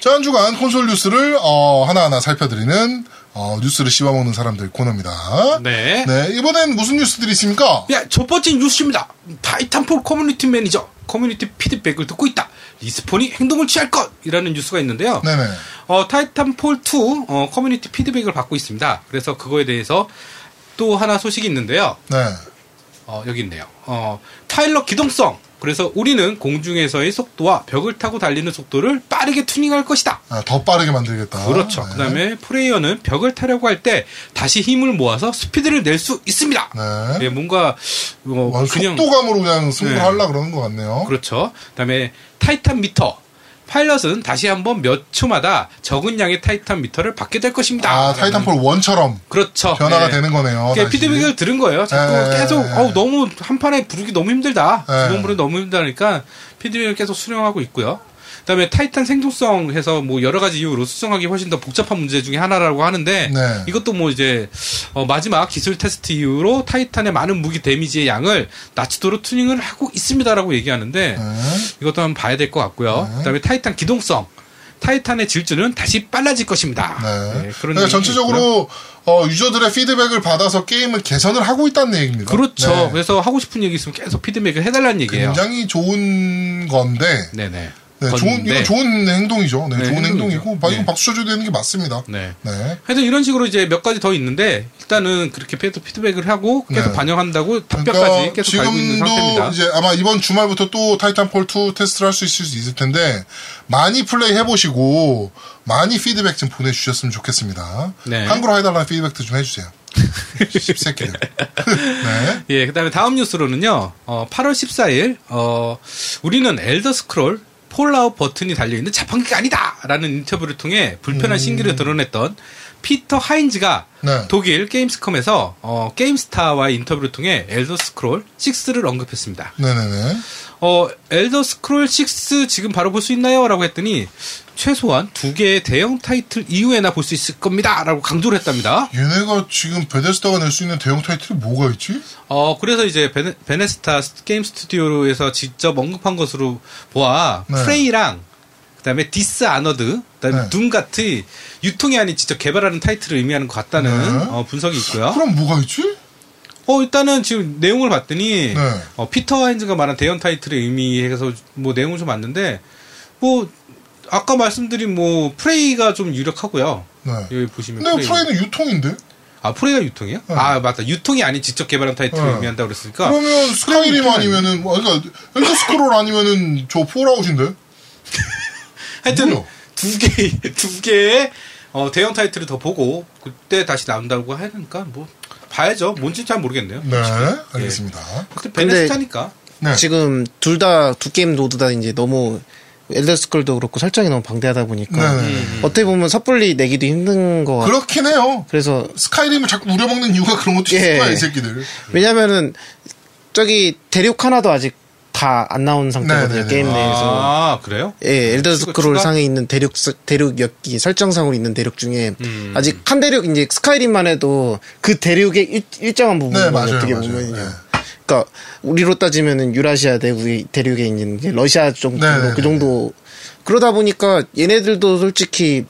Speaker 1: 자, 한 주간 콘솔 뉴스를 어, 하나하나 살펴드리는 어, 뉴스를 씹어먹는 사람들 코너입니다.
Speaker 2: 네.
Speaker 1: 네, 이번엔 무슨 뉴스들이 있습니까?
Speaker 2: 야, 첫 번째 뉴스입니다. 타이탄폴 커뮤니티 매니저, 커뮤니티 피드백을 듣고 있다. 리스폰이 행동을 취할 것! 이라는 뉴스가 있는데요.
Speaker 1: 네네.
Speaker 2: 어, 타이탄폴2 어, 커뮤니티 피드백을 받고 있습니다. 그래서 그거에 대해서 또 하나 소식이 있는데요.
Speaker 1: 네.
Speaker 2: 어, 여기 있네요. 어, 타일러 기동성. 그래서 우리는 공중에서의 속도와 벽을 타고 달리는 속도를 빠르게 투닝할 것이다.
Speaker 1: 아, 더 빠르게 만들겠다.
Speaker 2: 그렇죠.
Speaker 1: 네.
Speaker 2: 그 다음에 프레이어는 벽을 타려고 할 때 다시 힘을 모아서 스피드를 낼 수 있습니다.
Speaker 1: 네.
Speaker 2: 예, 뭔가, 어,
Speaker 1: 와,
Speaker 2: 그냥.
Speaker 1: 속도감으로 그냥 승부를
Speaker 2: 네.
Speaker 1: 하려고 그러는 것 같네요.
Speaker 2: 그렇죠. 그다음에 타이탄 미터. 파일럿은 다시 한번 몇 초마다 적은 양의 타이탄 미터를 받게 될 것입니다.
Speaker 1: 아, 타이탄폴 1처럼
Speaker 2: 그렇죠.
Speaker 1: 변화가
Speaker 2: 예.
Speaker 1: 되는 거네요.
Speaker 2: 이게
Speaker 1: 다시.
Speaker 2: 피드백을 들은 거예요. 자꾸
Speaker 1: 예,
Speaker 2: 계속
Speaker 1: 예, 예.
Speaker 2: 어우 너무 한 판에 부르기 너무 힘들다.
Speaker 1: 예.
Speaker 2: 두번 부르기 너무 힘들다니까 피드백을 계속 수령하고 있고요. 그다음에 타이탄 생존성 해서 뭐 여러 가지 이유로 수정하기 훨씬 더 복잡한 문제 중에 하나라고 하는데
Speaker 1: 네.
Speaker 2: 이것도 뭐 이제 어, 마지막 기술 테스트 이후로 타이탄의 많은 무기 데미지의 양을 낮추도록 튜닝을 하고 있습니다라고 얘기하는데
Speaker 1: 네.
Speaker 2: 이것도 한번 봐야 될 것 같고요. 그다음에 타이탄 기동성. 타이탄의 질주는 다시 빨라질 것입니다.
Speaker 1: 네.
Speaker 2: 네,
Speaker 1: 그러니까
Speaker 2: 얘기도 있고요.
Speaker 1: 전체적으로 어, 유저들의 피드백을 받아서 게임을 개선을 하고 있다는 얘기입니다.
Speaker 2: 그렇죠.
Speaker 1: 네.
Speaker 2: 그래서 하고 싶은 얘기 있으면 계속 피드백을 해달라는 얘기예요.
Speaker 1: 굉장히 좋은 건데
Speaker 2: 네네.
Speaker 1: 네, 좋은
Speaker 2: 건데.
Speaker 1: 이건 좋은 행동이죠. 네,
Speaker 2: 네,
Speaker 1: 좋은
Speaker 2: 행동이죠.
Speaker 1: 행동이고 바- 이건
Speaker 2: 네.
Speaker 1: 박수 쳐줘야 되는 게 맞습니다.
Speaker 2: 네.
Speaker 1: 네.
Speaker 2: 하여튼 이런 식으로 이제 몇 가지 더 있는데 일단은 그렇게 계속 피드백을 하고 계속
Speaker 1: 네. 반영한다고 그러니까
Speaker 2: 답변까지 계속 달고 있는
Speaker 1: 지금도
Speaker 2: 상태입니다.
Speaker 1: 이제 아마 이번 주말부터 또 타이탄폴 2 테스트를 할 수 있을 수 있을 텐데 많이 플레이 해보시고 많이 피드백 좀 보내주셨으면 좋겠습니다.
Speaker 2: 네.
Speaker 1: 한글로 해달라는 피드백도 좀
Speaker 2: (laughs)
Speaker 1: 해주세요. 십새끼들. (laughs) 네.
Speaker 2: 예, 그다음에 다음 뉴스로는요. 어, 8월 14일 어, 우리는 엘더 스크롤 폴아웃 버튼이 달려 있는 자판기가 아니다라는 인터뷰를 통해 불편한 신기를 드러냈던 피터 하인즈가
Speaker 1: 음. 네.
Speaker 2: 독일 게임스컴에서 어, 게임스타와의 인터뷰를 통해 엘더 스크롤 6를 언급했습니다.
Speaker 1: 네네네.
Speaker 2: 어, 엘더 스크롤 6 지금 바로 볼 수 있나요? 라고 했더니 최소한 두 개의 대형 타이틀 이후에나 볼 수 있을 겁니다. 라고 강조를 했답니다.
Speaker 1: 얘네가 지금 베데스다가 낼 수 있는 대형 타이틀이 뭐가 있지?
Speaker 2: 어, 그래서 이제 베네, 베네스타 스- 게임 스튜디오에서 직접 언급한 것으로 보아
Speaker 1: 네.
Speaker 2: 프레이랑 그다음에 디스 아너드, 그다음에
Speaker 1: 네.
Speaker 2: 둠 같은 유통이 아닌 직접 개발하는 타이틀을 의미하는 것 같다는
Speaker 1: 네.
Speaker 2: 어, 분석이 있고요.
Speaker 1: 그럼 뭐가 있지?
Speaker 2: 어 일단은 지금 내용을 봤더니
Speaker 1: 네.
Speaker 2: 어, 피터 하인즈가 말한 대형 타이틀의 의미해서 뭐 내용을 좀 봤는데 뭐 아까 말씀드린 뭐 프레이가 좀 유력하고요.
Speaker 1: 네.
Speaker 2: 여기 보시면
Speaker 1: 근데 프라이는 유통인데?
Speaker 2: 아 프레이가 유통이요? 아 맞다 유통이 아닌 직접 개발한 타이틀을
Speaker 1: 네.
Speaker 2: 의미한다 고 그랬으니까
Speaker 1: 그러면 스카이림
Speaker 2: 유통이
Speaker 1: 아니면은 뭐, 그러니까 엘더 스크롤 아니면은 저 폴아웃인데?
Speaker 2: 하여튼
Speaker 1: 뭐야?
Speaker 2: 두개두 (laughs) 개의 어, 대형 타이틀을 더 보고 그때 다시 나온다고 하니까 뭐 봐야죠. 뭔지 잘 모르겠네요.
Speaker 1: 네.
Speaker 2: 예.
Speaker 1: 알겠습니다.
Speaker 2: 근데 베네스타니까
Speaker 1: 네.
Speaker 3: 지금 둘 다 두 게임 모두 다 이제 너무 엘더스컬도 그렇고 설정이 너무 방대하다 보니까
Speaker 1: 네.
Speaker 3: 어떻게 보면 섣불리 내기도 힘든 거 같아요.
Speaker 1: 그렇긴 해요.
Speaker 3: 그래서
Speaker 1: 스카이림을 자꾸 우려먹는 이유가 그런 것도 있을
Speaker 3: 예.
Speaker 1: 거야, 이 새끼들.
Speaker 3: 왜냐면은 저기 대륙 하나도 아직 다 안 나온 상태거든요
Speaker 1: 네네네.
Speaker 3: 게임 내에서
Speaker 2: 아 그래요?
Speaker 3: 예 엘더 스크롤
Speaker 2: 추가?
Speaker 3: 상에 있는 대륙 스- 대륙 엮기 설정상으로 있는 대륙 중에
Speaker 2: 음,
Speaker 3: 아직 한 대륙 이제 스카이림만 해도 그 대륙의 일, 일정한 부분
Speaker 1: 네,
Speaker 3: 을
Speaker 1: 맞아요,
Speaker 3: 어떻게
Speaker 1: 맞아요.
Speaker 3: 보면요.
Speaker 1: 네.
Speaker 3: 그러니까 우리로 따지면은 유라시아 대국의 대륙에 있는 이제 러시아 정도
Speaker 1: 네네네네.
Speaker 3: 그 정도 그러다 보니까 얘네들도 솔직히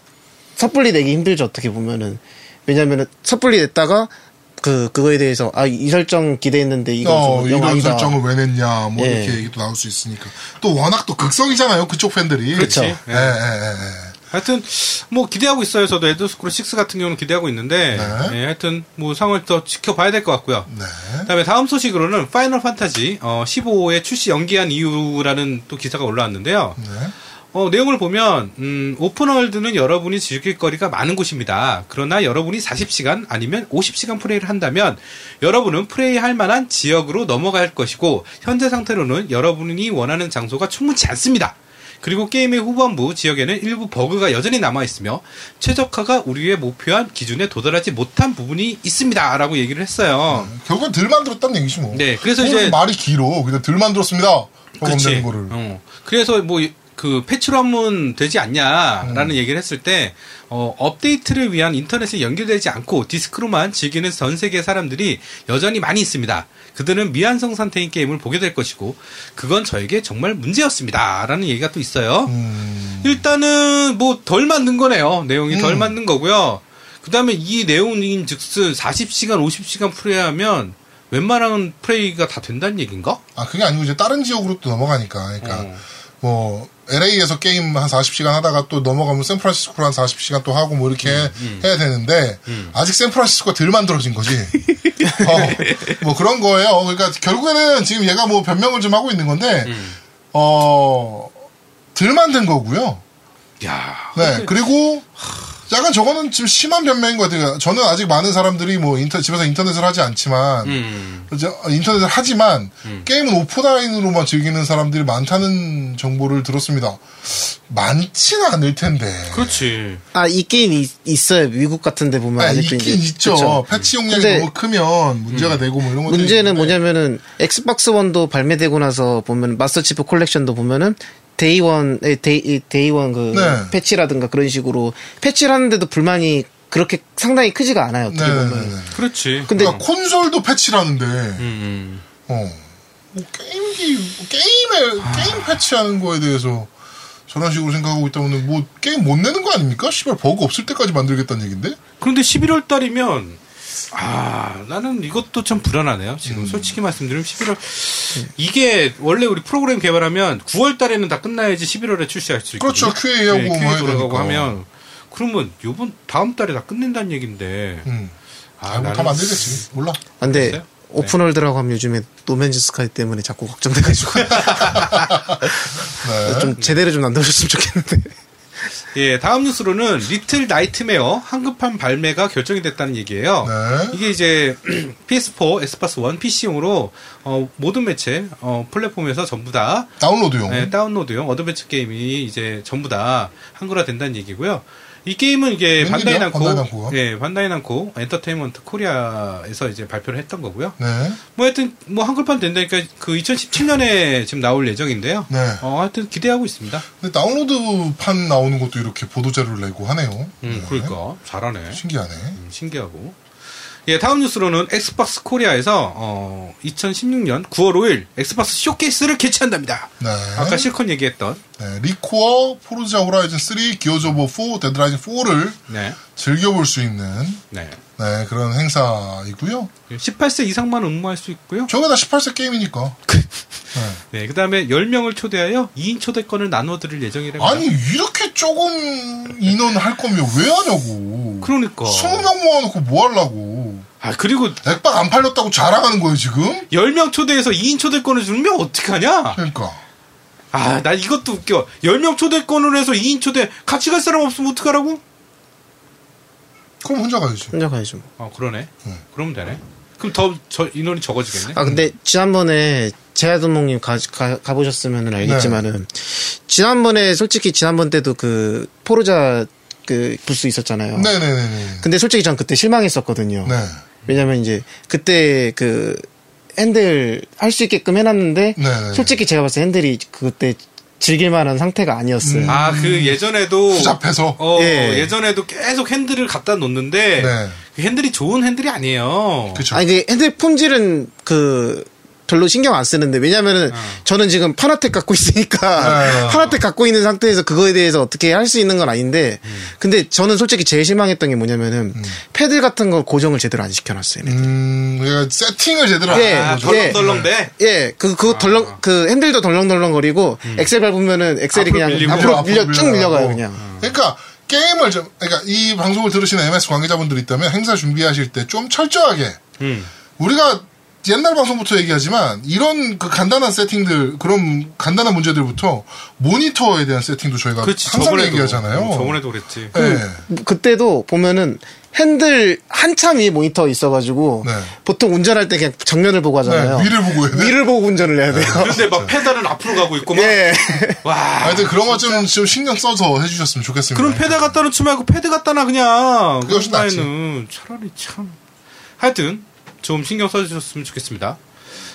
Speaker 3: 섣불리 내기 힘들죠 어떻게 보면은 왜냐면은 섣불리 냈다가 그 그거에 대해서 아 이 설정 기대했는데 이거
Speaker 1: 어,
Speaker 3: 좀 영
Speaker 1: 이런
Speaker 3: 아니다.
Speaker 1: 설정을 왜 냈냐, 뭐
Speaker 3: 예.
Speaker 1: 이렇게 얘기도 나올 수 있으니까. 또 워낙 또 극성이잖아요, 그쪽 팬들이.
Speaker 3: 그쵸.
Speaker 1: 예, 예, 예, 예.
Speaker 2: 하여튼 뭐 기대하고 있어요. 저도 엘더 스크롤 6 같은 경우는 기대하고 있는데
Speaker 1: 네.
Speaker 2: 예, 하여튼 뭐 상황을 더 지켜봐야 될 것 같고요.
Speaker 1: 네.
Speaker 2: 그다음에 다음 소식으로는 파이널 판타지 15의 출시 연기한 이유라는 또 기사가 올라왔는데요.
Speaker 1: 네.
Speaker 2: 어, 내용을 보면 음, 오픈월드는 여러분이 즐길 거리가 많은 곳입니다. 그러나 여러분이 40시간 아니면 50시간 프레이를 한다면 여러분은 프레이할 만한 지역으로 넘어갈 것이고 현재 상태로는 여러분이 원하는 장소가 충분치 않습니다. 그리고 게임의 후반부 지역에는 일부 버그가 여전히 남아있으며 최적화가 우리의 목표한 기준에 도달하지 못한 부분이 있습니다. 라고 얘기를 했어요.
Speaker 1: 결국은 덜 만들었다는 얘기지 뭐.
Speaker 2: 네, 그래서
Speaker 1: 오늘
Speaker 2: 이제-
Speaker 1: 말이 길어. 그냥 덜 만들었습니다.
Speaker 2: 그치.
Speaker 1: 경험되는 거를.
Speaker 2: 어. 그래서 뭐 그 패치로 하면 되지 않냐라는
Speaker 1: 음.
Speaker 2: 얘기를 했을 때 어, 업데이트를 위한 인터넷에 연결되지 않고 디스크로만 즐기는 전 세계 사람들이 여전히 많이 있습니다. 그들은 미완성 상태인 게임을 보게 될 것이고 그건 저에게 정말 문제였습니다라는 얘기가 또 있어요.
Speaker 1: 음.
Speaker 2: 일단은 뭐 덜 만든 거네요. 내용이 덜 만든 거고요. 그다음에 이 내용인 즉슨 40시간, 50시간 플레이하면 웬만한 플레이가 다 된다는 얘기인가?
Speaker 1: 아, 그게 아니고 이제 다른 지역으로 또 넘어가니까. 그러니까
Speaker 2: 어.
Speaker 1: 뭐 LA에서 게임 한 40시간 하다가 또 넘어가면 샌프란시스코로 한 40시간 또 하고 뭐 이렇게 해야 되는데 아직 샌프란시스코가 덜 만들어진 거지. 어, 뭐 그런 거예요. 그러니까 결국에는 지금 얘가 뭐 변명을 좀 하고 있는 건데 어, 덜 만든 거고요.
Speaker 2: 야.
Speaker 1: 네. 그리고 약간 저거는 지금 심한 변명인 것 같아요. 저는 아직 많은 사람들이 뭐 인터, 집에서 인터넷을 하지 않지만
Speaker 2: 음.
Speaker 1: 이제 인터넷을 하지만 게임은 오프라인으로만 즐기는 사람들이 많다는 정보를 들었습니다. 많지는 않을 텐데.
Speaker 2: 그렇지.
Speaker 3: 아 이 게임 이, 있어요 미국 같은데 보면
Speaker 1: 아,
Speaker 3: 아직도
Speaker 1: 있긴
Speaker 3: 이제.
Speaker 1: 있죠.
Speaker 3: 그쵸.
Speaker 1: 패치 용량이
Speaker 3: 근데-
Speaker 1: 너무 크면 문제가
Speaker 2: 음.
Speaker 1: 되고 뭐 이런 것들.
Speaker 3: 문제는 뭐냐면은 엑스박스 원도 발매되고 나서 보면 마스터 치프 콜렉션도 보면은 데이 원 에, 데이 이 데이 원그
Speaker 1: 네.
Speaker 3: 패치라든가 그런 식으로 패치를 하는데도 불만이 그렇게 상당히 크지가 않아요 어떻게 보면.
Speaker 1: 네네네.
Speaker 2: 그렇지. 어.
Speaker 3: 근데
Speaker 1: 그러니까 콘솔도 패치라는데.
Speaker 2: 음,
Speaker 1: 어. 뭐 게임기 게임에 게임 패치하는 거에 대해서 저런 식으로 생각하고 있다면 뭐 게임 못 내는 거 아닙니까? 씨발 버그 없을 때까지 만들겠다는 얘긴데.
Speaker 2: 음. 그런데 11월 달이면 아 나는 이것도 참 불안하네요. 지금
Speaker 1: 음.
Speaker 2: 솔직히 말씀드리면 11월
Speaker 1: 네.
Speaker 2: 이게 원래 우리 프로그램 개발하면 9월 달에는 다 끝나야지 11월에 출시할 수 있거든요.
Speaker 1: 그렇죠. QA 하고
Speaker 2: 네,
Speaker 1: 뭐
Speaker 2: QA
Speaker 1: 해야
Speaker 2: 돌아가고
Speaker 1: 되니까.
Speaker 2: 하면 그러면 요번 다음 달에 다 끝낸다는 얘긴데.
Speaker 1: 음.
Speaker 2: 아,
Speaker 1: 아, 뭐다
Speaker 2: 나는-
Speaker 1: 만들겠지. 몰라.
Speaker 3: 근데
Speaker 2: 됐어요?
Speaker 3: 오픈월드라고 하면 요즘에 노맨즈 스카이 때문에 자꾸 걱정돼가지고
Speaker 1: (laughs) 네.
Speaker 3: 좀 제대로 좀 만들어줬으면 좋겠는데.
Speaker 2: 예, 다음 뉴스로는 리틀 나이트메어 한급판 발매가 결정이 됐다는 얘기예요.
Speaker 1: 네.
Speaker 2: 이게 이제 (clears throat) PS4, 엑스박스 1, PC용으로 모든 매체 어, 플랫폼에서 전부 다
Speaker 1: 다운로드용.
Speaker 2: 네, 다운로드용 어드벤처 게임이 이제 전부 다 한글화 된다는 얘기고요. 이 게임은 이게
Speaker 1: 웬일이야?
Speaker 2: 반다이
Speaker 1: 반다이
Speaker 2: 남코,
Speaker 1: 남코가?
Speaker 2: 예, 반다이 남코 엔터테인먼트 코리아에서 이제 발표를 했던 거고요.
Speaker 1: 네.
Speaker 2: 뭐 하여튼 뭐 한글판 된다니까 그 2017년에 지금 나올 예정인데요.
Speaker 1: 네.
Speaker 2: 어, 하여튼 기대하고 있습니다.
Speaker 1: 근데 다운로드판 나오는 것도 이렇게 보도자료를 내고 하네요.
Speaker 2: 음, 그러니까 잘하네.
Speaker 1: 신기하네.
Speaker 2: 음, 신기하고. 예, 다음 뉴스로는 엑스박스 코리아에서 어, 2016년 9월 5일 엑스박스 쇼케이스를 개최한답니다.
Speaker 1: 네.
Speaker 2: 아까 실컷 얘기했던.
Speaker 1: 네. 리코어, 포르자 호라이즌 3, 기어즈 오브 4, 데드라이징 4를
Speaker 2: 네.
Speaker 1: 즐겨볼 수 있는
Speaker 2: 네.
Speaker 1: 네, 그런 행사이고요.
Speaker 2: 18세 이상만 응모할 수 있고요.
Speaker 1: 저게 다 18세 게임이니까.
Speaker 2: 네, 그다음에 10명을 초대하여 2인 초대권을 나눠 드릴 예정이랍니다.
Speaker 1: 아니 이렇게 조금 인원 할 거면 왜 하냐고.
Speaker 2: 그러니까.
Speaker 1: 20명 모아놓고 뭐 하려고.
Speaker 2: 아, 그리고
Speaker 1: 액박 안 팔렸다고 자랑하는 거예요 지금?
Speaker 2: 10명 초대해서 2인 초대권을 주면 어떡하냐?
Speaker 1: 그러니까.
Speaker 2: 아, 나 이것도 웃겨. 10명 초대권을 해서 2인 초대 같이 갈 사람 없으면 어떡하라고?
Speaker 1: 그럼 혼자 가야지.
Speaker 3: 혼자 가야죠. 뭐.
Speaker 2: 아, 그러네. 그러면 되네. 그럼 더 저 인원이 적어지겠네.
Speaker 3: 아 근데 지난번에 제아드몽님 가, 가, 가보셨으면 알겠지만은
Speaker 1: 네.
Speaker 3: 지난번에 솔직히 지난번 때도 그 포르자 그 부스 있었잖아요.
Speaker 1: 네네네네.
Speaker 3: 근데 솔직히 전 그때 실망했었거든요.
Speaker 1: 네.
Speaker 3: 왜냐면 이제 그때 그 핸들 할 수 있게끔 해놨는데
Speaker 1: 네.
Speaker 3: 솔직히 제가 봤을 때 핸들이 그때 즐길 만한 상태가 아니었어요.
Speaker 1: 음.
Speaker 2: 아, 그 예전에도
Speaker 1: 후잡해서?
Speaker 2: 어,
Speaker 3: 예.
Speaker 2: 예. 전에도 계속 핸들을 갖다 놓는데
Speaker 1: 네.
Speaker 2: 그 핸들이 좋은 핸들이 아니에요.
Speaker 1: 그쵸.
Speaker 3: 아니 그 핸들 품질은 그 별로 신경 안 쓰는데 왜냐면은 저는 지금 파나텍 갖고 있으니까
Speaker 1: 아.
Speaker 3: (laughs) 파나텍 갖고 있는 상태에서 그거에 대해서 어떻게 할 수 있는 건 아닌데 근데 저는 솔직히 제일 실망했던 게 뭐냐면은 패들 같은 걸 고정을 제대로 안 시켜놨어요. 얘네들.
Speaker 1: 음, 그러니까 세팅을 제대로 안
Speaker 3: 예,
Speaker 1: 하는
Speaker 3: 아,
Speaker 1: 거죠.
Speaker 3: 예.
Speaker 4: 덜렁덜렁대.
Speaker 3: 예, 그, 그 덜렁, 그 핸들도 덜렁덜렁거리고, 엑셀 밟으면은 엑셀이
Speaker 2: 앞으로
Speaker 3: 그냥
Speaker 2: 밀리고,
Speaker 3: 앞으로 밀려, 쭉
Speaker 1: 밀려가고.
Speaker 3: 밀려가요, 그냥.
Speaker 1: 그러니까 게임을 좀 그러니까 이 방송을 들으시는 MS 관계자분들 있다면 행사 준비하실 때 좀 철저하게 우리가 옛날 방송부터 얘기하지만 이런 그 간단한 세팅들 그런 간단한 문제들부터 모니터에 대한 세팅도 저희가
Speaker 2: 그렇지.
Speaker 1: 항상
Speaker 2: 저번에도 음,
Speaker 1: 얘기하잖아요.
Speaker 2: 저번에도 그랬지.
Speaker 1: 예.
Speaker 3: 그때도 보면은 핸들 한참 위 모니터 있어가지고,
Speaker 1: 네.
Speaker 3: 보통 운전할 때 그냥 정면을 보고 하잖아요.
Speaker 1: 네, 위를 보고 해야 돼.
Speaker 3: 위를 보고 운전을 해야 돼요.
Speaker 1: (laughs)
Speaker 4: 그런데 막 페달은 앞으로 가고 있고 막.
Speaker 3: 예.
Speaker 4: 와.
Speaker 1: 하여튼 그런 것 좀 좀 신경 써서 해주셨으면 좋겠습니다.
Speaker 2: 그럼 패드 갖다 놓지 말고 패드 갖다 놔 그냥.
Speaker 1: 그게 훨씬 낫지.
Speaker 2: 는 차라리 참. 하여튼 좀 신경 써주셨으면 좋겠습니다.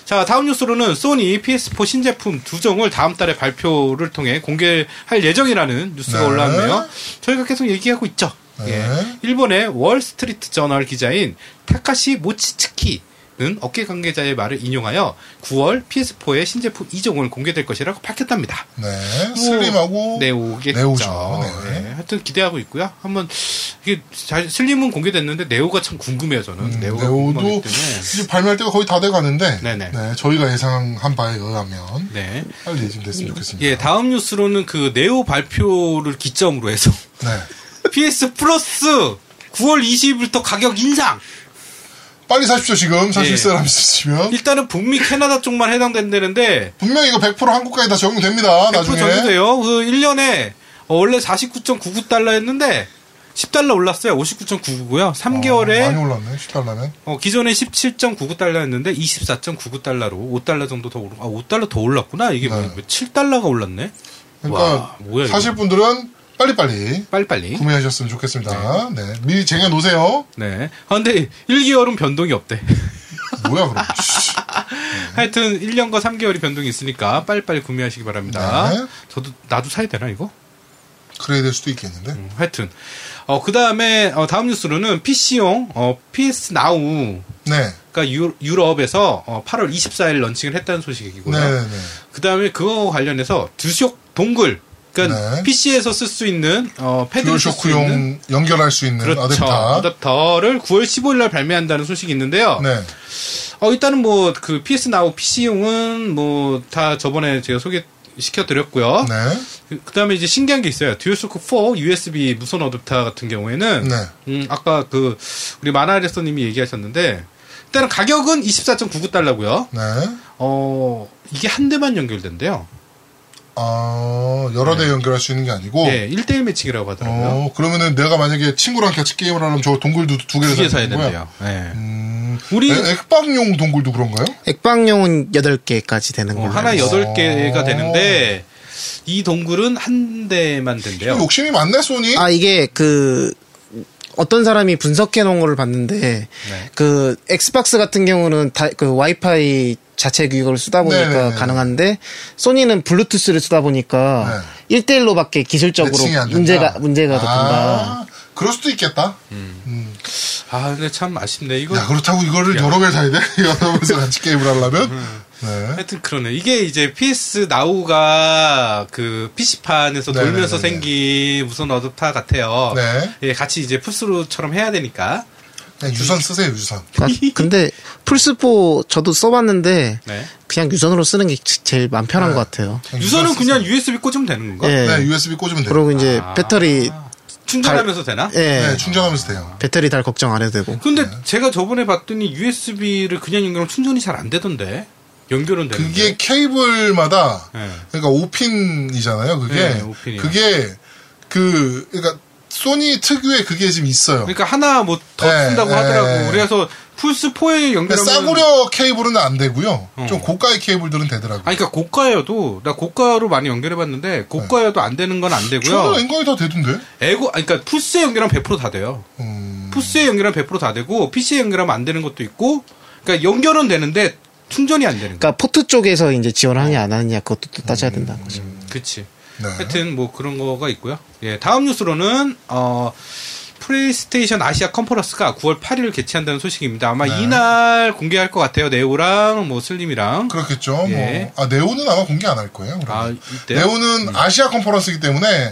Speaker 2: 자 다음 뉴스로는 소니 PS4 신제품 두 종을 다음 달에 발표를 통해 공개할 예정이라는 뉴스가
Speaker 1: 네.
Speaker 2: 올라왔네요. 저희가 계속 얘기하고 있죠.
Speaker 1: 네.
Speaker 2: 예. 일본의 월스트리트 저널 기자인 타카시 모치츠키는 업계 관계자의 말을 인용하여 9월 PS4의 신제품 2종을 공개될 것이라고 밝혔답니다. 뭐
Speaker 1: 네 슬림하고
Speaker 2: 네오겠죠.
Speaker 1: 네오죠. 네.
Speaker 2: 네, 하여튼 기대하고 있고요. 한번 이게 잘- 슬림은 공개됐는데 네오가 참 궁금해요.
Speaker 1: 음,
Speaker 2: 저는 네오가
Speaker 1: 네오도
Speaker 2: 궁금하기 때문에.
Speaker 1: 이제 발매할 때가 거의 다 돼가는데
Speaker 2: 네네.
Speaker 1: 네, 저희가 예상한 바에 의하면
Speaker 2: 네.
Speaker 1: 빨리 예정됐으면 좋겠습니다.
Speaker 2: 예, 다음 뉴스로는 그 네오 발표를 기점으로 해서 (laughs)
Speaker 1: 네.
Speaker 2: PS 플러스 9월 20일부터 가격 인상.
Speaker 1: 빨리 사십시오 지금 사실
Speaker 2: 예.
Speaker 1: 사람 있으시면
Speaker 2: 일단은 북미 캐나다 쪽만 해당된다는데
Speaker 1: 분명 히 이거 100% 한국까지 다 적용됩니다.
Speaker 2: 100%
Speaker 1: 나중에 어,
Speaker 2: 전부돼요. 그 1년에 어, 원래 49.99달러였는데 10달러 올랐어요. 59.99고요.
Speaker 1: 어,
Speaker 2: 3개월에
Speaker 1: 많이 올랐네 10달러면
Speaker 2: 어, 기존에 17.99달러였는데 24.99달러로 5달러 정도 더 오르고, 아, 5달러 더 올랐구나? 이게
Speaker 1: 네.
Speaker 2: 뭐, 7달러가 올랐네?
Speaker 1: 그러니까
Speaker 2: 와, 뭐야, 이거.
Speaker 1: 사실 분들은 빨리빨리
Speaker 2: 빨리빨리.
Speaker 1: 구매하셨으면 좋겠습니다. 네. 미리 쟁여놓으세요.
Speaker 2: 네. 아, 근데 1개월은 변동이 없대. (laughs)
Speaker 1: 뭐야 그럼 씨.
Speaker 2: 하여튼 1년과 3개월이 변동이 있으니까 빨리빨리 구매하시기 바랍니다.
Speaker 1: 네.
Speaker 2: 저도, 나도 사야 되나, 이거?
Speaker 1: 그래야 될 수도 있겠는데
Speaker 2: 음, 하여튼. 어, 그 다음에, 어, 다음 뉴스로는 PC용, 어, PS Now.
Speaker 1: 네.
Speaker 2: 가 유, 유럽에서 어, 8월 24일 런칭을 했다는 소식이고요.
Speaker 1: 네네네.
Speaker 2: 그다음에 그거 관련해서 듀쇼크 동글 그러니까
Speaker 1: 네.
Speaker 2: PC에서 쓸 수 있는 어 패드를 쓸 수 있는
Speaker 1: 듀얼쇼크용 연결할 수 있는
Speaker 2: 그렇죠.
Speaker 1: 아댑터.
Speaker 2: 를 9월 15일 날 발매한다는 소식이 있는데요.
Speaker 1: 네.
Speaker 2: 어 일단은 뭐 그 PS 나우 PC용은 뭐 다 저번에 제가 소개 시켜 드렸고요.
Speaker 1: 네.
Speaker 2: 그 다음에 이제 신기한 게 있어요. 듀얼쇼크 4 USB 무선 어댑터 같은 경우에는
Speaker 1: 네.
Speaker 2: 음, 아까 그 우리 마나레스님이 얘기하셨는데 일단은 가격은 24.99달러고요.
Speaker 1: 네.
Speaker 2: 어 이게 한 대만 연결된대요.
Speaker 1: 아, 여러 대 연결할 수 있는 게 아니고.
Speaker 2: 네. 예, 1대1 매칭이라고 하더라고요.
Speaker 1: 어, 그러면은 내가 만약에 친구랑 같이 게임을 하려면 저 동굴도 두 개를
Speaker 2: 두 개 사야
Speaker 1: 되는 거야?
Speaker 2: 된대요. 예.
Speaker 1: 음,
Speaker 2: 우리-
Speaker 1: 액- 액방용 동굴도 그런가요?
Speaker 3: 액방용은 8개까지 되는
Speaker 2: 어,
Speaker 3: 걸로.
Speaker 2: 하나
Speaker 3: 알고 있어요.
Speaker 2: 여덟 개가
Speaker 1: 어.
Speaker 2: 되는데 이 동굴은 한 대만 된대요.
Speaker 1: 욕심이 많네 소니.
Speaker 3: 아, 이게 그, 어떤 사람이 분석해 놓은 거를
Speaker 1: 네.
Speaker 3: 봤는데, 그, 엑스박스 같은 경우는 다, 그, 와이파이 자체 규격을 쓰다 보니까
Speaker 1: 네네네.
Speaker 3: 가능한데, 소니는 블루투스를 쓰다 보니까, 일 1대1로 밖에 기술적으로
Speaker 1: 네. 매칭이 안 된다.
Speaker 3: 문제가, 문제가 더 된다.
Speaker 1: 아, 그럴 수도 있겠다.
Speaker 2: 음. 아 근데 참 아쉽네 이거.
Speaker 1: 야 그렇다고 이거를 여러 개를 사야 돼? (laughs) 여러 명이서 같이 게임을 하려면.
Speaker 2: 음.
Speaker 1: 네.
Speaker 2: 하여튼 그러네. 이게 이제 PS 나우가 그 PC판에서
Speaker 1: 네네네네.
Speaker 2: 돌면서 생긴 무선 어댑터 같아요.
Speaker 1: 네.
Speaker 2: 예, 같이 이제 풀스루처럼 해야 되니까.
Speaker 1: 그냥 유선 쓰세요 유선.
Speaker 3: 아,
Speaker 1: (laughs)
Speaker 3: 근데, 플스4 저도 써봤는데,
Speaker 2: 네.
Speaker 3: 그냥 유선으로 쓰는 게 지- 제일 마음 편한 것 같아요.
Speaker 1: 그냥
Speaker 2: 유선은
Speaker 1: 쓰세요.
Speaker 2: 그냥 USB 꽂으면 되는 건가?
Speaker 3: 예.
Speaker 1: 네 USB 꽂으면 돼요.
Speaker 3: 그리고 이제,
Speaker 2: 아.
Speaker 3: 배터리,
Speaker 2: 충전하면서 되나?
Speaker 3: 예.
Speaker 1: 네 충전하면서 돼요.
Speaker 3: 배터리 달 걱정 안 해도 되고.
Speaker 1: 네.
Speaker 2: 근데 제가 저번에 봤더니 USB를 그냥 연결하면 충전이 잘 안 되던데. 연결은 되는데.
Speaker 1: 그게 케이블마다
Speaker 2: 네.
Speaker 1: 그러니까 5핀이잖아요. 그게
Speaker 2: 네, 5핀이요.
Speaker 1: 그게 그 그러니까 소니 특유의 그게 지금 있어요.
Speaker 2: 그러니까 하나 뭐 더
Speaker 1: 네,
Speaker 2: 쓴다고
Speaker 1: 네.
Speaker 2: 하더라고. 그래서 플스
Speaker 1: 근데
Speaker 2: 4에 연결하면
Speaker 1: 그러니까
Speaker 2: 어.
Speaker 1: 싸구려 케이블은 안 되고요. 좀 고가의 케이블들은 되더라고요.
Speaker 2: 아니 그러니까 고가여도 나 고가로 많이 연결해 봤는데 고가여도 안 되는 건 안 되고요.
Speaker 1: 저는 인간이 다 되던데.
Speaker 2: 에고 아니 그러니까 플스에 연결하면 100%다 돼요.
Speaker 1: 음,
Speaker 2: 플스에 연결하면 100%다 되고 PC에 연결하면 안 되는 것도 있고 그러니까 연결은 되는데 충전이 안 되는 거.
Speaker 3: 그러니까 포트 쪽에서 이제 지원하냐 안 하느냐 그것도 또 따져야 된다는 거죠.
Speaker 2: 그치
Speaker 1: 네.
Speaker 2: 하여튼 뭐 그런 거가 있고요. 예, 다음 뉴스로는 어 플레이스테이션 아시아 컨퍼런스가 9월 8일을 개최한다는 소식입니다. 아마
Speaker 1: 네.
Speaker 2: 이날 공개할 것 같아요. 네오랑 뭐 슬림이랑.
Speaker 1: 그렇겠죠.
Speaker 2: 예.
Speaker 1: 뭐. 아, 네오는 아마 공개 안 할 거예요.
Speaker 2: 아,
Speaker 1: 그러면.
Speaker 2: 음. 이때.
Speaker 1: 네오는 아시아 컨퍼런스이기 때문에,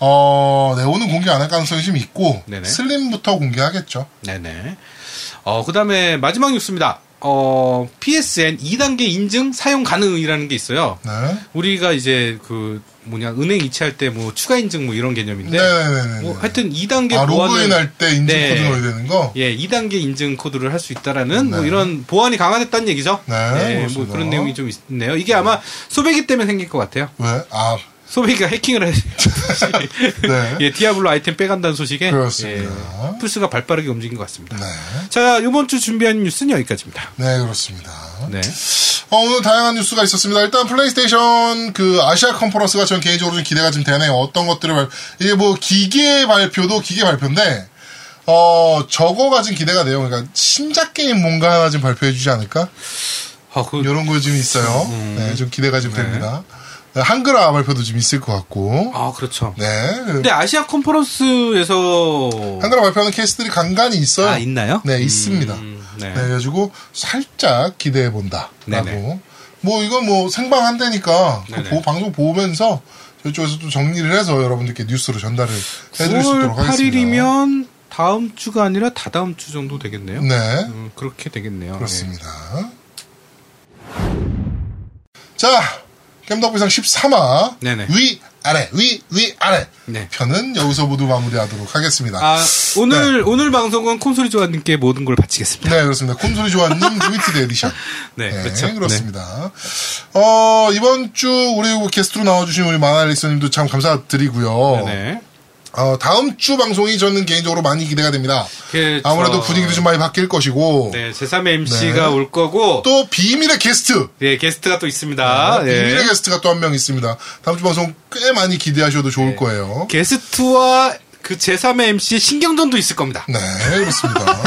Speaker 1: 어, 네오는 공개 안 할 가능성이 좀 있고,
Speaker 2: 네네.
Speaker 1: 슬림부터 공개하겠죠.
Speaker 2: 네네. 어, 그 다음에 마지막 뉴스입니다. 어, PSN 2단계 인증 사용 가능이라는 게 있어요.
Speaker 1: 네.
Speaker 2: 우리가 이제 그 뭐냐, 은행 이체할 때 뭐 추가 인증 뭐 이런 개념인데.
Speaker 1: 네네네네.
Speaker 2: 뭐 하여튼 2단계
Speaker 1: 아, 로그인
Speaker 2: 보안을
Speaker 1: 할 때 인증
Speaker 2: 네.
Speaker 1: 코드 넣어야 되는 거?
Speaker 2: 예, 2단계 인증 코드를 할 수 있다라는 뭐 이런 보안이 강화됐다는 얘기죠.
Speaker 1: 네,
Speaker 2: 예, 뭐
Speaker 1: 그렇습니다.
Speaker 2: 그런 내용이 좀 있네요. 이게 아마 소배기 때문에 생길 것 같아요.
Speaker 1: 왜? 아,
Speaker 2: 소배기가 해킹을 해서
Speaker 1: (laughs) 네.
Speaker 2: 예, 디아블로 아이템 빼간다는 소식에
Speaker 1: 그렇습니다.
Speaker 2: 예, 플스가 발빠르게 움직인 것 같습니다.
Speaker 1: 네.
Speaker 2: 자, 이번 주 준비한 뉴스는 여기까지입니다.
Speaker 1: 네, 그렇습니다.
Speaker 2: 네.
Speaker 1: 어, 오늘 다양한 뉴스가 있었습니다. 일단 플레이스테이션 그 아시아 컨퍼런스가 전 개인적으로 좀 기대가 좀 되네요. 어떤 것들을 발, 이게 뭐 기계 발표도 기계 발표인데, 어, 저거가 좀 기대가 돼요. 그러니까 신작 게임 뭔가 하나 좀 발표해 주지 않을까?
Speaker 2: 아, 그,
Speaker 1: 이런 거 좀 있어요. 네, 좀 기대가 좀 됩니다. 네, 한글화 발표도 좀 있을 것 같고.
Speaker 2: 아, 그렇죠.
Speaker 1: 네. 그
Speaker 2: 근데 아시아 컨퍼런스에서
Speaker 1: 한글화 발표하는 케이스들이 간간히 있어요.
Speaker 2: 아, 있나요?
Speaker 1: 네, 있습니다.
Speaker 2: 음, 네.
Speaker 1: 네, 그래가지고 살짝 기대해 본다라고.
Speaker 2: 네네.
Speaker 1: 뭐 이건 뭐 생방 한대니까 그
Speaker 2: 네네.
Speaker 1: 보- 방송 보면서 저쪽에서 좀 정리를 해서 여러분들께 뉴스로 전달을 해드릴 수
Speaker 2: 9월
Speaker 1: 있도록 하겠습니다.
Speaker 2: 8일이면 다음 주가 아니라 다다음 주 정도 되겠네요.
Speaker 1: 네,
Speaker 2: 음, 그렇게 되겠네요.
Speaker 1: 그렇습니다. 자, 겜덕비상 13화
Speaker 2: 네네.
Speaker 1: 위 아래 위 위 아래
Speaker 2: 네.
Speaker 1: 편은 여기서 모두 마무리하도록 하겠습니다.
Speaker 2: 아, 오늘, 오늘 방송은 콘솔이 조아님께 모든 걸 바치겠습니다.
Speaker 1: 네, 그렇습니다. 콘솔이 좋아하는 (laughs) 리미티드 에디션.
Speaker 2: 네,
Speaker 1: 네,
Speaker 2: 그렇죠. 네.
Speaker 1: 렇습니다 어, 이번 주 우리 게스트로 나와주신 우리 마나리스님도 참 감사드리고요.
Speaker 2: 네.
Speaker 1: 어, 다음 주 방송이 저는 개인적으로 많이 기대가 됩니다.
Speaker 2: 그렇죠.
Speaker 1: 아무래도 분위기도 좀 많이 바뀔 것이고.
Speaker 2: 네, 제3의 MC가
Speaker 1: 네.
Speaker 2: 올 거고,
Speaker 1: 또 비밀의 게스트.
Speaker 2: 예, 게스트가 또 있습니다. 예.
Speaker 1: 비밀의 게스트가 또 한 명 있습니다. 다음 주 방송 꽤 많이 기대하셔도
Speaker 2: 네.
Speaker 1: 좋을 거예요.
Speaker 2: 게스트와 그 제3의 MC 신경전도 있을 겁니다.
Speaker 1: 네, 그렇습니다.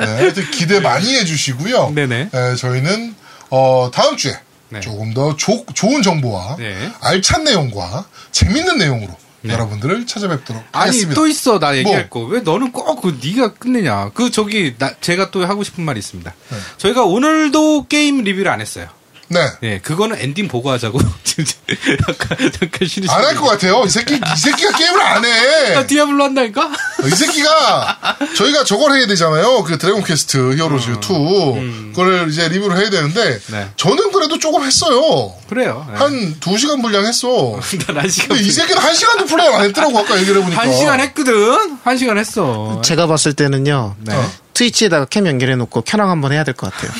Speaker 1: 네, 하여튼 기대 많이 해주시고요.
Speaker 2: 네네.
Speaker 1: 네, 저희는 어, 다음 주에
Speaker 2: 네.
Speaker 1: 조금 더 조- 좋은 정보와
Speaker 2: 네.
Speaker 1: 알찬 내용과 재밌는 내용으로 여러분들을 찾아뵙도록
Speaker 2: 아니
Speaker 1: 하겠습니다.
Speaker 2: 또 있어 나 얘기할
Speaker 1: 뭐?
Speaker 2: 거. 왜 너는 꼭 그 네가 끝내냐? 그 저기 나- 제가 또 하고 싶은 말이 있습니다. 저희가 오늘도 게임 리뷰를 안 했어요.
Speaker 1: 네.
Speaker 2: 예, 그거는 엔딩 보고 (laughs) 하자고. 진짜 잠깐 잠깐 쉬는
Speaker 1: 안 할 것 같아요. 이 새끼 이 새끼가 게임을 안
Speaker 2: 나
Speaker 1: 해.
Speaker 2: 디아블로 한다니까?
Speaker 1: 이 새끼가 저희가 저걸 해야 되잖아요. 그 드래곤 퀘스트 히어로즈 2 그걸 이제 리뷰를 해야 되는데
Speaker 2: 음. 네.
Speaker 1: 저는 그래도 조금 했어요.
Speaker 2: 그래요. 예.
Speaker 1: 한 두 시간 분량 했어.
Speaker 2: 난한 시간
Speaker 1: 근데 이 새끼는 한 시간도 플레이 안 했더라고 아까 얘기를 해보니까.
Speaker 2: 한 시간 했거든. 한 시간 했어.
Speaker 3: 제가 봤을 때는요.
Speaker 1: 어.
Speaker 3: 트위치에다가 캠 연결해놓고 켜랑 한번 해야 될 것 같아요.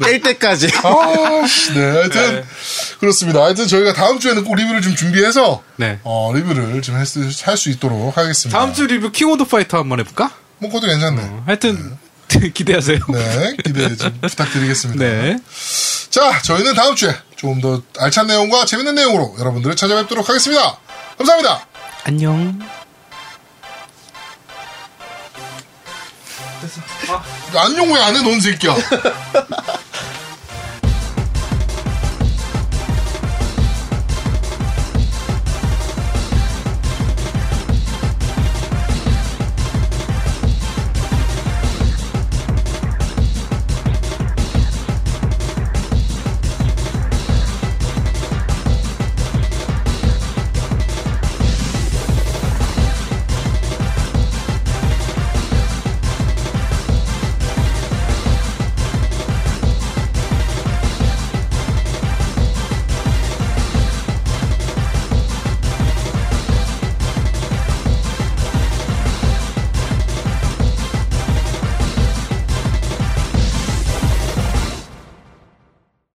Speaker 3: 깰 때까지.
Speaker 1: 아, 씨, 네, 하여튼 그렇습니다. 하여튼 저희가 다음 주에는 꼭 리뷰를 좀 준비해서
Speaker 2: 네.
Speaker 1: 어, 리뷰를 좀 할 수 있도록 하겠습니다.
Speaker 2: 다음 음. 주 리뷰 킹오드 파이터 한번 해볼까?
Speaker 1: 뭐 그것도 괜찮네.
Speaker 2: 하여튼 (laughs) 기대하세요.
Speaker 1: 네, 기대
Speaker 2: (laughs)
Speaker 1: 좀 부탁드리겠습니다.
Speaker 2: 네.
Speaker 1: 자, 저희는 다음 주에 조금 더 알찬 내용과 재밌는 내용으로 여러분들을 찾아뵙도록 하겠습니다. 감사합니다.
Speaker 2: 안녕.
Speaker 1: 안용 왜 안 해, 넌 새끼야.